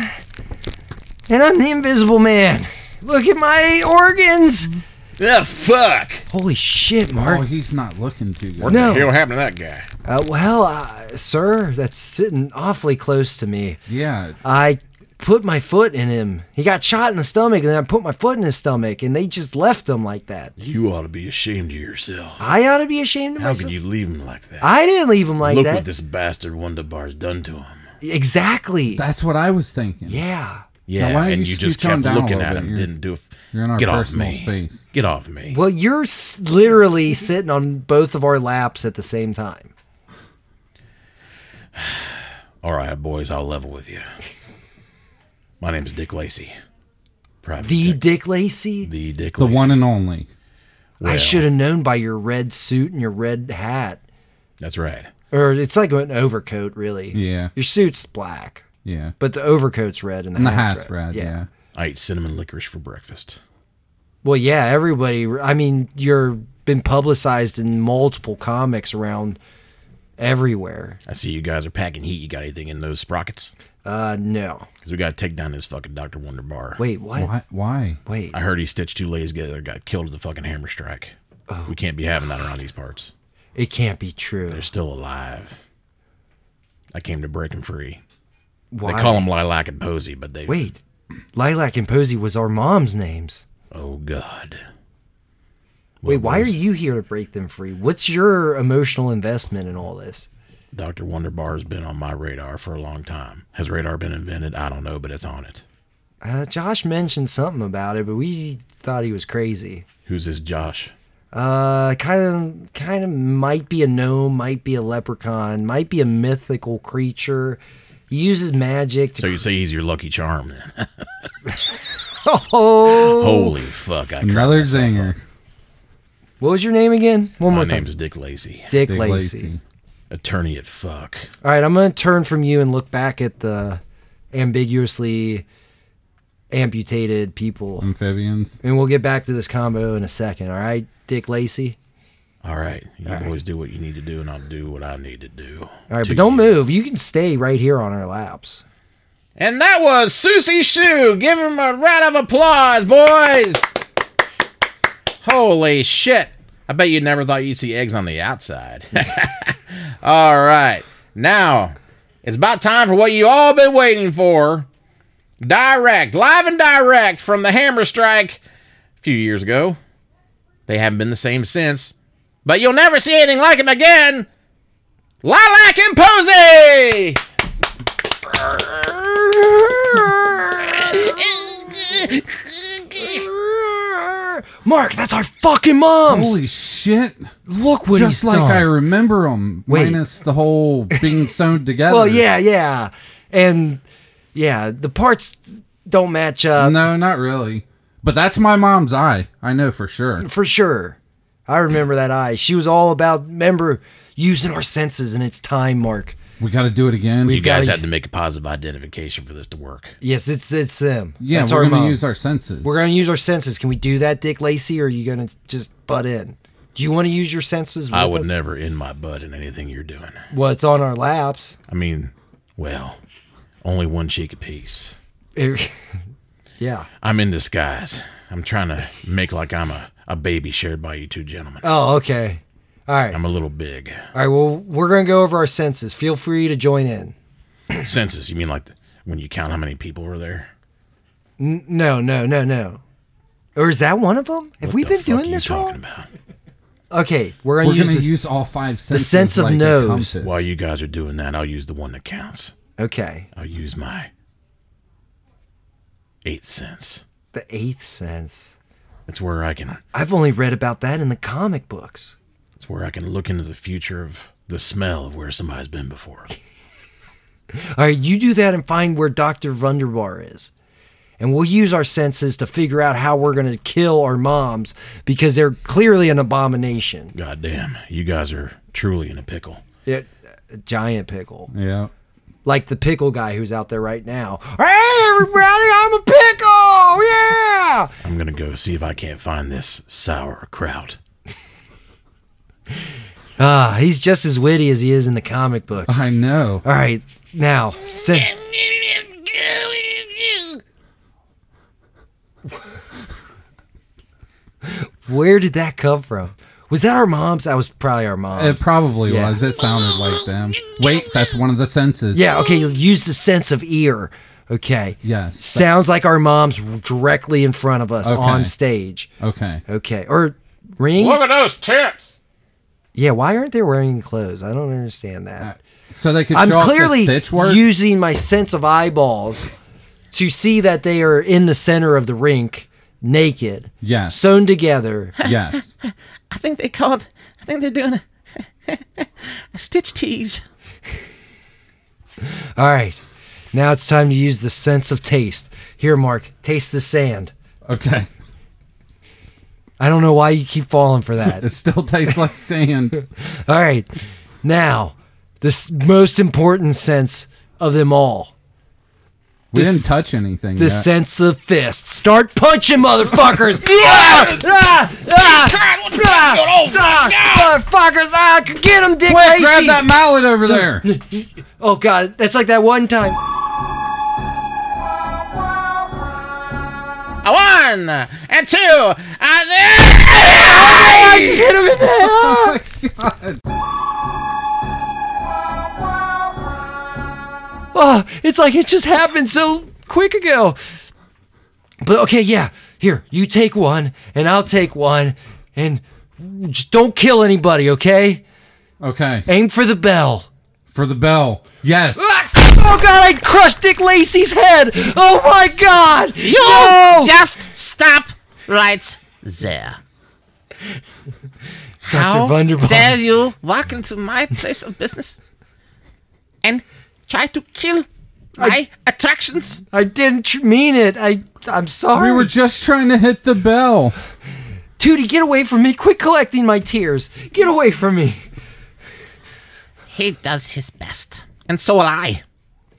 I'm the Invisible Man. Look at my organs.
Ah, fuck.
Holy shit,
Oh,
Mark.
he's not looking too good.
Hey,
No,
what happened to that guy?
uh, well, uh, sir, that's sitting awfully close to me.
Yeah.
I put my foot in him. He got shot in the stomach, and then I put my foot in his stomach, and they just left him like that.
You ought to be ashamed of yourself.
I ought to be ashamed of
How
myself.
can you leave him like that?
I didn't leave him like
Look
that.
what this bastard Wonder Bar's done to him.
exactly.
That's what I was thinking.
yeah.
Yeah,
why don't
and
you
you, just
scooch on down
kept
a
looking
little
at
bit?
him.
You're-
didn't do. A,
You're in our
get off
personal
me.
space.
Get off me.
Well, you're s- literally sitting on both of our laps at the same time.
All right, boys, I'll level with you. My name is Dick Lacey. Private
The
Dick-
Dick Lacey.
the Dick
The
Lacey.
one and only.
I
Well,
should have known by your red suit and your red hat,
That's right.
or it's like an overcoat, really.
Yeah.
Your suit's black,
Yeah.
but the overcoat's red and the,
And the
hat's,
hat's red. Yeah.
I ate cinnamon licorice for breakfast.
Well, yeah, everybody. I mean, you're been publicized in multiple comics around everywhere.
I see you guys are packing heat. You got anything in those sprockets?
Uh, no.
Because we got to take down this fucking Dr. Wonder Bar.
Wait, what?
Why? Why?
Wait.
I heard he stitched two ladies together, got killed at the fucking hammer strike.
Oh.
We can't be having that around these parts.
It can't be true.
They're still alive. I came to break them free.
Why?
They call them Lilac and Posy, but they.
Wait. Lilac and Posy was our mom's names.
Oh, God.
Wait, why are you here to break them free? What's your emotional investment in all this?
Dr. Wonderbar has been on my radar for a long time. Has radar been invented? I don't know, but it's on it.
Uh, Josh mentioned something about it, but we thought he was crazy.
Who's this Josh?
Uh, kind of, kind of might be a gnome, might be a leprechaun, might be a mythical creature. He uses magic to
So you'd say he's your lucky charm then.
Oh,
Holy fuck. I cried.
Another zinger.
what was your name again? One
My
more time.
name's Dick Lacey,
Dick,
Dick
Lacey.
Lacey.
attorney at fuck.
All right, I'm going to turn from you and look back at the ambiguously amputated people.
Mm. Amphibians.
And we'll get back to this combo in a second. All right, Dick Lacey.
All right. You always do what you need to do, and I'll do what I need to do.
All right,
to
but don't
you.
move. You can stay right here on our laps.
And that was Susie Shoe. Give him a round of applause, boys.
Holy shit. I bet you never thought you'd see eggs on the outside. all right. Now, it's about time for what you all been waiting for. Direct, live and direct from the hammer strike a few years ago. They haven't been the same since. But you'll never see anything like them again. Lilac and Posey!
Mark, that's our fucking moms.
Holy shit.
Look what
Just
he's
like
done.
I remember them.
Wait.
Minus the whole being sewn together.
well, yeah, yeah, and yeah, the parts don't match up
No, not really. But that's my mom's eye. I know for sure.
for sure. I remember that eye. She was all about remember using our senses, and it's time, Mark.
We got to do it again.
You guys
gotta-
had to make a positive identification for this to work.
Yes, it's it's them.
yeah,
That's our
we're going to
mom.
use our senses.
We're gonna use our senses. Can we do that, Dick Lacey? Or are you gonna just butt in? Do you want to use your senses? With
I would
us?
never end my butt in anything you're doing.
Well, it's on our laps.
I mean, well, only one cheek apiece.
yeah.
I'm in disguise. I'm trying to make like I'm a, a baby shared by you two gentlemen.
Oh, okay. All right.
I'm a little big.
All right. Well, we're gonna go over our senses. Feel free to join in.
Census, you mean like the, when you count how many people were there?
No, no, no, no. Or is that one of them? Have we
The
been
fuck are
doing
you
this
talking
wrong?
about?
Okay, we're gonna
We're
use
gonna
this.
use all five senses.
sense of
like a
nose.
compass.
While you guys are doing that, I'll use the one that counts.
okay,
I'll use my eighth sense.
the eighth sense.
It's where I can
I've only read about that in the comic books.
it's where I can look into the future of the smell of where somebody's been before.
All right, you do that and find where Doctor Vunderbar is, and we'll use our senses to figure out how we're going to kill our moms because they're clearly an abomination.
God damn, you guys are truly in a pickle.
Yeah, a giant pickle.
Yeah.
Like the pickle guy who's out there right now. Hey, everybody, I'm a pickle! Yeah!
I'm gonna go see if I can't find this sauerkraut.
Ah, he's just as witty as he is in the comic books.
I know.
All right, now, send. Where did that come from? Was that our mom's? That was probably our
It
mom's.
probably
Yeah.
was. It sounded like them. Wait, that's one of the senses.
yeah, okay, you'll use the sense of ear. Okay.
Yes.
Sounds like our mom's directly in front of us
Okay.
on stage.
Okay.
Okay. Or ring?
Look at those tits.
Yeah, why aren't they wearing clothes? I don't understand that.
So they could
I'm
Uh, show
clearly
off the stitch work.
using my sense of eyeballs to see that they are in the center of the rink, naked,
Yes.
sewn together.
yes.
I think they called. I think they're doing a, a stitch tease.
All right, now it's time to use the sense of taste. Here, Mark, taste the sand.
Okay.
I don't know why you keep falling for that.
It still tastes like sand.
All right, now this most important sense of them all.
We
This-
didn't touch anything.
The
yet.
sense of fist. Start punching, motherfuckers! ah, ah, ah,
God, what the fuck is going on?
ah, motherfuckers! Ah, get them, Dick
Quick,
Lacy.
grab that mallet over there.
Oh god, that's like that one time.
A one and two. And
I just hit him in the head.
Oh my God.
Oh, it's like it just happened so quick ago. But okay, yeah. Here, you take one, and I'll take one, and just don't kill anybody, okay?
Okay.
Aim for the bell.
For the bell. Yes.
Oh god, I crushed Dick Lacey's head! Oh my god! No!
Just stop right there. How
Vanderbilt.
dare you walk into my place of business and try to kill my attractions?
I didn't tr- mean it. I I'm sorry.
We were just trying to hit the bell.
Tootie, get away from me. Quit collecting my tears. Get away from me.
He does his best, and so will I.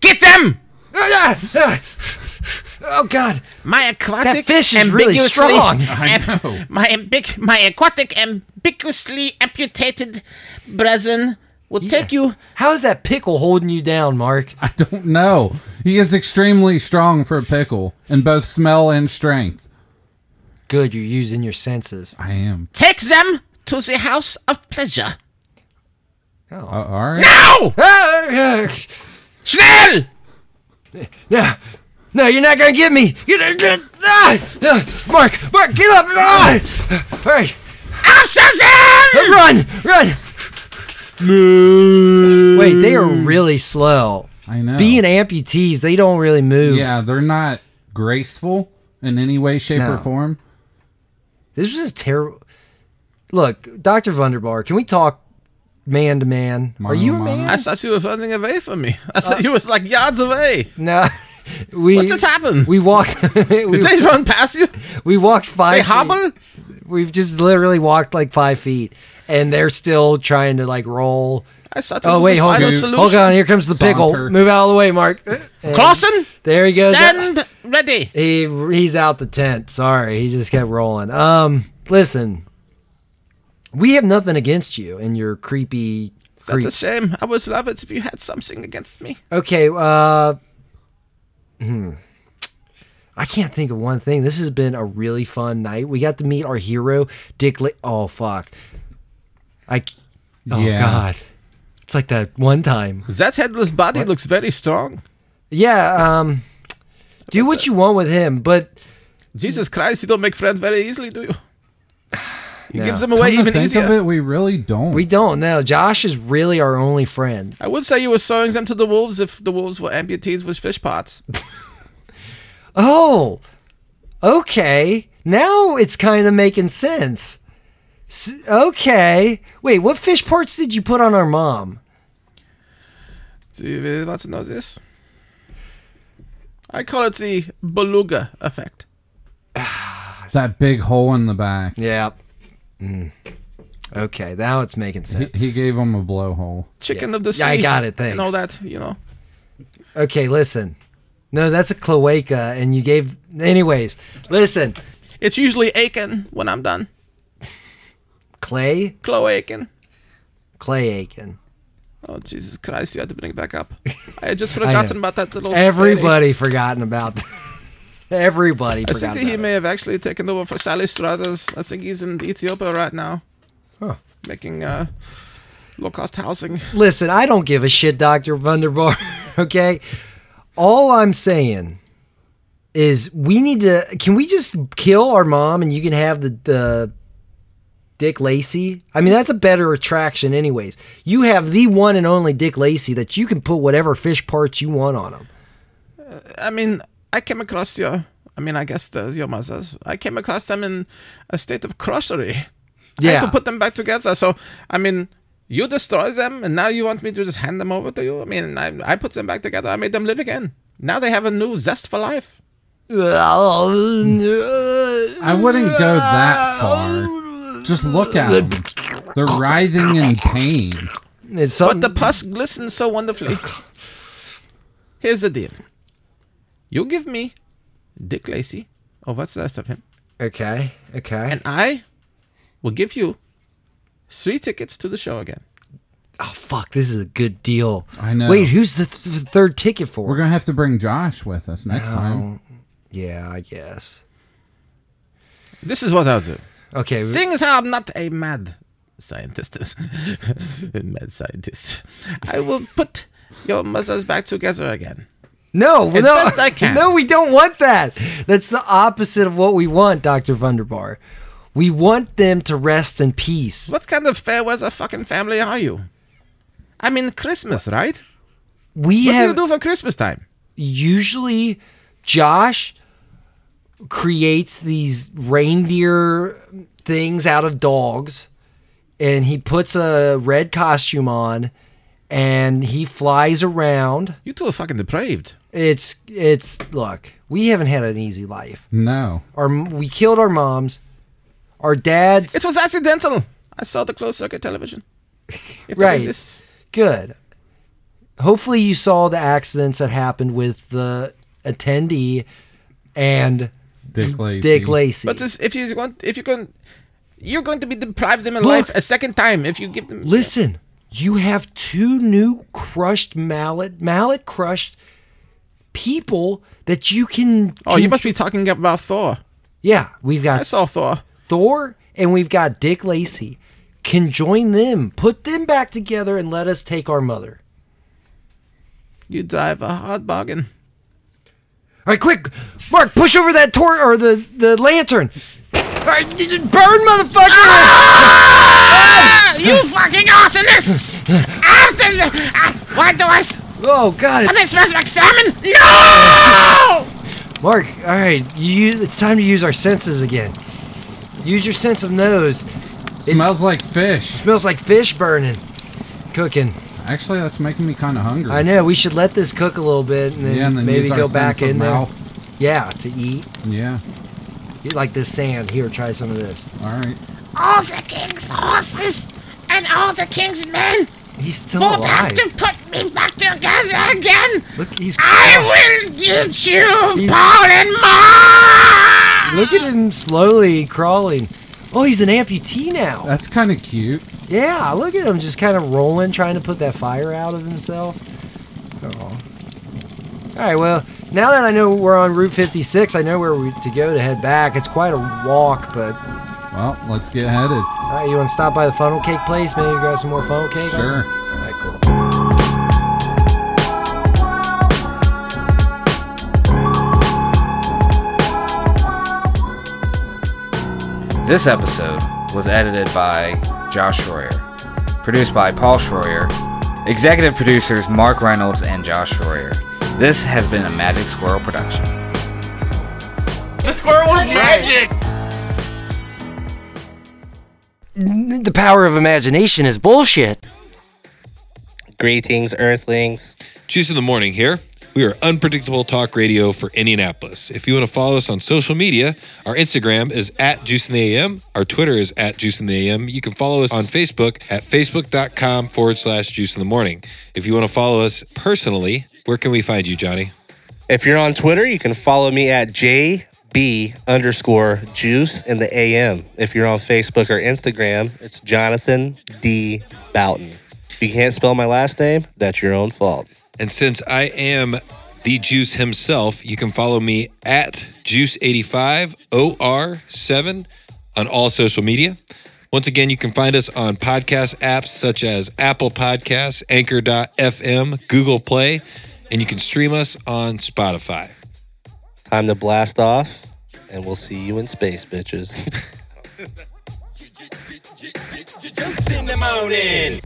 Get them!
Ah, ah. Oh God!
My aquatic
That fish is really
ambiguously-
strong.
I know.
My ambic- my aquatic ambiguously amputated brethren will take you.
How is that pickle holding you down, Mark?
I don't know. He is extremely strong for a pickle in both smell and strength.
Good, you're using your senses.
I am.
Take them to the house of pleasure.
Uh, all right.
Ow!
Ah, ah,
Schnell!
No, no, you're not gonna get me. You're not gonna, ah, ah, Mark, Mark, get up! Ah, all right, Uh,
Abschassen!
run, run. Wait, they are really slow.
I know.
Being amputees, they don't really move.
yeah, they're not graceful in any way, shape,
No.
or form.
This was a terrible. Look, Doctor Vunderbar, can we talk man to man? Are you a
Mono, mono.
man?
I thought you were running away from me. I thought you was like yards away.
No, Uh, we.
What just happened?
We walked. we,
Did they run past you?
we walked five.
They
feet.
hobble?
We've just literally walked like five feet, and they're still trying to like roll.
I thought it
Oh
was
wait,
a
hold
silent
on.
solution.
Hold on. Here comes the pickle.
Saunter.
Move out of the way, Mark. And
Clausen,
There he goes.
stand ready.
He he's out the tent. Sorry, he just kept rolling. Um, listen, we have nothing against you and your creepy.
That's a
creeps.
shame. I would love it if you had something against me.
Okay, uh hmm. I can't think of one thing. This has been a really fun night. We got to meet our hero, Dick La- Oh fuck. I c- Oh
Yeah.
god. It's like that one time.
That headless body looks very strong.
Yeah, um do what you want with him, but
Jesus Christ, you don't make friends very easily, do you? You
No.
give them
Come
away
to
even
think of
easier.
it, we really don't.
we don't know. Josh is really our only friend.
I would say you were sowing them to the wolves if the wolves were amputees with fish pots.
Oh, okay. Now it's kind of making sense. S- okay. Wait, what fish parts did you put on our mom?
Do you really want to know this?
I call it the beluga effect.
That big hole in the back.
Yeah. Mm. Okay, now it's making
He,
sense.
he gave him a blowhole.
Chicken of the sea.
Yeah, I got it,
And all
thanks.
that, you know.
Okay, listen. No, that's a cloaca, and you gave. Anyways, listen,
It's usually aching when I'm done.
Clay,
Cloaking.
Clay Aiken.
Oh Jesus Christ! You had to bring it back up. I had just forgotten about that little. lady.
Everybody forgotten about. Everybody
I
forgot
think that
about
he
it.
may have actually taken over for Sally Stratas. I think he's in Ethiopia right now,
Huh.
making uh, low-cost housing.
Listen, I don't give a shit, Dr. Vanderbar. Okay. All I'm saying is we need to can we just kill our mom and you can have the the Dick Lacey? I mean, that's a better attraction anyways. You have the one and only Dick Lacey that you can put whatever fish parts you want on him.
I mean, I came across your. I mean, I guess the, your mothers. I came across them in a state of crossery. I had
Yeah.
to put them back together. So, I mean, you destroy them, and now you want me to just hand them over to you? I mean, I, I put them back together. I made them live again. Now they have a new zest for life.
I wouldn't go that far. Just look at them. They're writhing in pain.
it's something
But the pus glistens so wonderfully. Here's the deal. You give me Dick Lacey, or what's the rest of him,
Okay. Okay.
and I will give you three tickets to the show again.
oh fuck, this is a good deal.
I know.
Wait, who's the th- th- third ticket for?
We're gonna have to bring Josh with us next time.
yeah, I guess.
This is what I'll do.
Okay. we-
Seeing as how I'm not a mad scientist, mad scientist, I will put your muscles back together again.
No,
As
no,
best I can.
no, we don't want that. That's the opposite of what we want, Doctor Vunderbar. We want them to rest in peace.
What kind of fair weather fucking family are you? I mean, Christmas, right?
We
What
have
do you do for Christmas time?
usually Josh creates these reindeer things out of dogs, and he puts a red costume on, and he flies around.
You two are fucking depraved.
It's it's look, we haven't had an easy life.
No.
Our we killed our moms, our dads.
It was accidental. I saw the closed circuit television. If that
Right.
exists.
Good. Hopefully, you saw the accidents that happened with the attendee and
Dick Lacey.
Dick Lacey.
But this, if you want, if you can, you're going to be deprived them in
Look.
life a second time if you give them.
Listen, you have two new crushed mallet, mallet crushed people that you can.
oh, you must be talking about Thor.
Yeah, we've
I
got
saw Thor.
Thor and we've got Dick Lacey. Can join them, put them back together, and let us take our mother.
You drive a hard bargain.
All right, quick, Mark, push over that tor or the the lantern. All right, y- y- burn, motherfucker!
Ah, you fucking arsonists! Artis- ah, why do I s-
Oh God,
something
it's,
smells like salmon? No!
Mark. All right, you use, it's time to use our senses again. Use your sense of nose.
Smells like fish.
Smells like fish burning, cooking.
Actually, that's making me kind of hungry.
I know we should let this cook a little bit and then,
Yeah, and then
maybe
use our
go
sense
back
of
in there.
mouth.
Yeah, to eat.
Yeah.
You like this sand? Here, try some of this.
All right.
All the king's horses and all the king's men
He's still
will have
alive.
to put me back together again.
Look, he's.
Ah!
I will get you,
He's-
Paul and Mark!
Look at him slowly crawling. Oh, he's an amputee now.
That's kind of cute.
Yeah, look at him just kind of rolling, trying to put that fire out of himself. Oh. All right, well, now that I know we're on Route 56, I know where we to go to head back. It's quite a walk, but
Well, let's get headed.
all right, you want to stop by the funnel cake place? Maybe grab some more funnel cake? All
Sure.
right, cool.
This episode was edited by Josh Schroyer, produced by Paul Schroyer, executive producers Mark Reynolds and Josh Schroyer. This has been a Magic Squirrel production.
N- The power of imagination is bullshit.
Greetings, Earthlings.
Juice in the morning here.
We are Unpredictable Talk Radio for Indianapolis. If you want to follow us on social media, our Instagram is at Juice in the AM. Our Twitter is at Juice in the AM. You can follow us on Facebook at facebook.com forward slash Juice in the Morning. If you want to follow us personally, where can we find you, Johnny?
If you're on Twitter, you can follow me at JB underscore juice in the AM. If you're on Facebook or Instagram, it's Jonathan D. Boughton. If you can't spell my last name, that's your own fault.
And since I am the Juice himself, you can follow me at Juice85OR7 on all social media. Once again, you can find us on podcast apps such as Apple Podcasts, Anchor.fm, Google Play, and you can stream us on Spotify.
Time to blast off, and we'll see you in space, bitches.
Juice in the morning.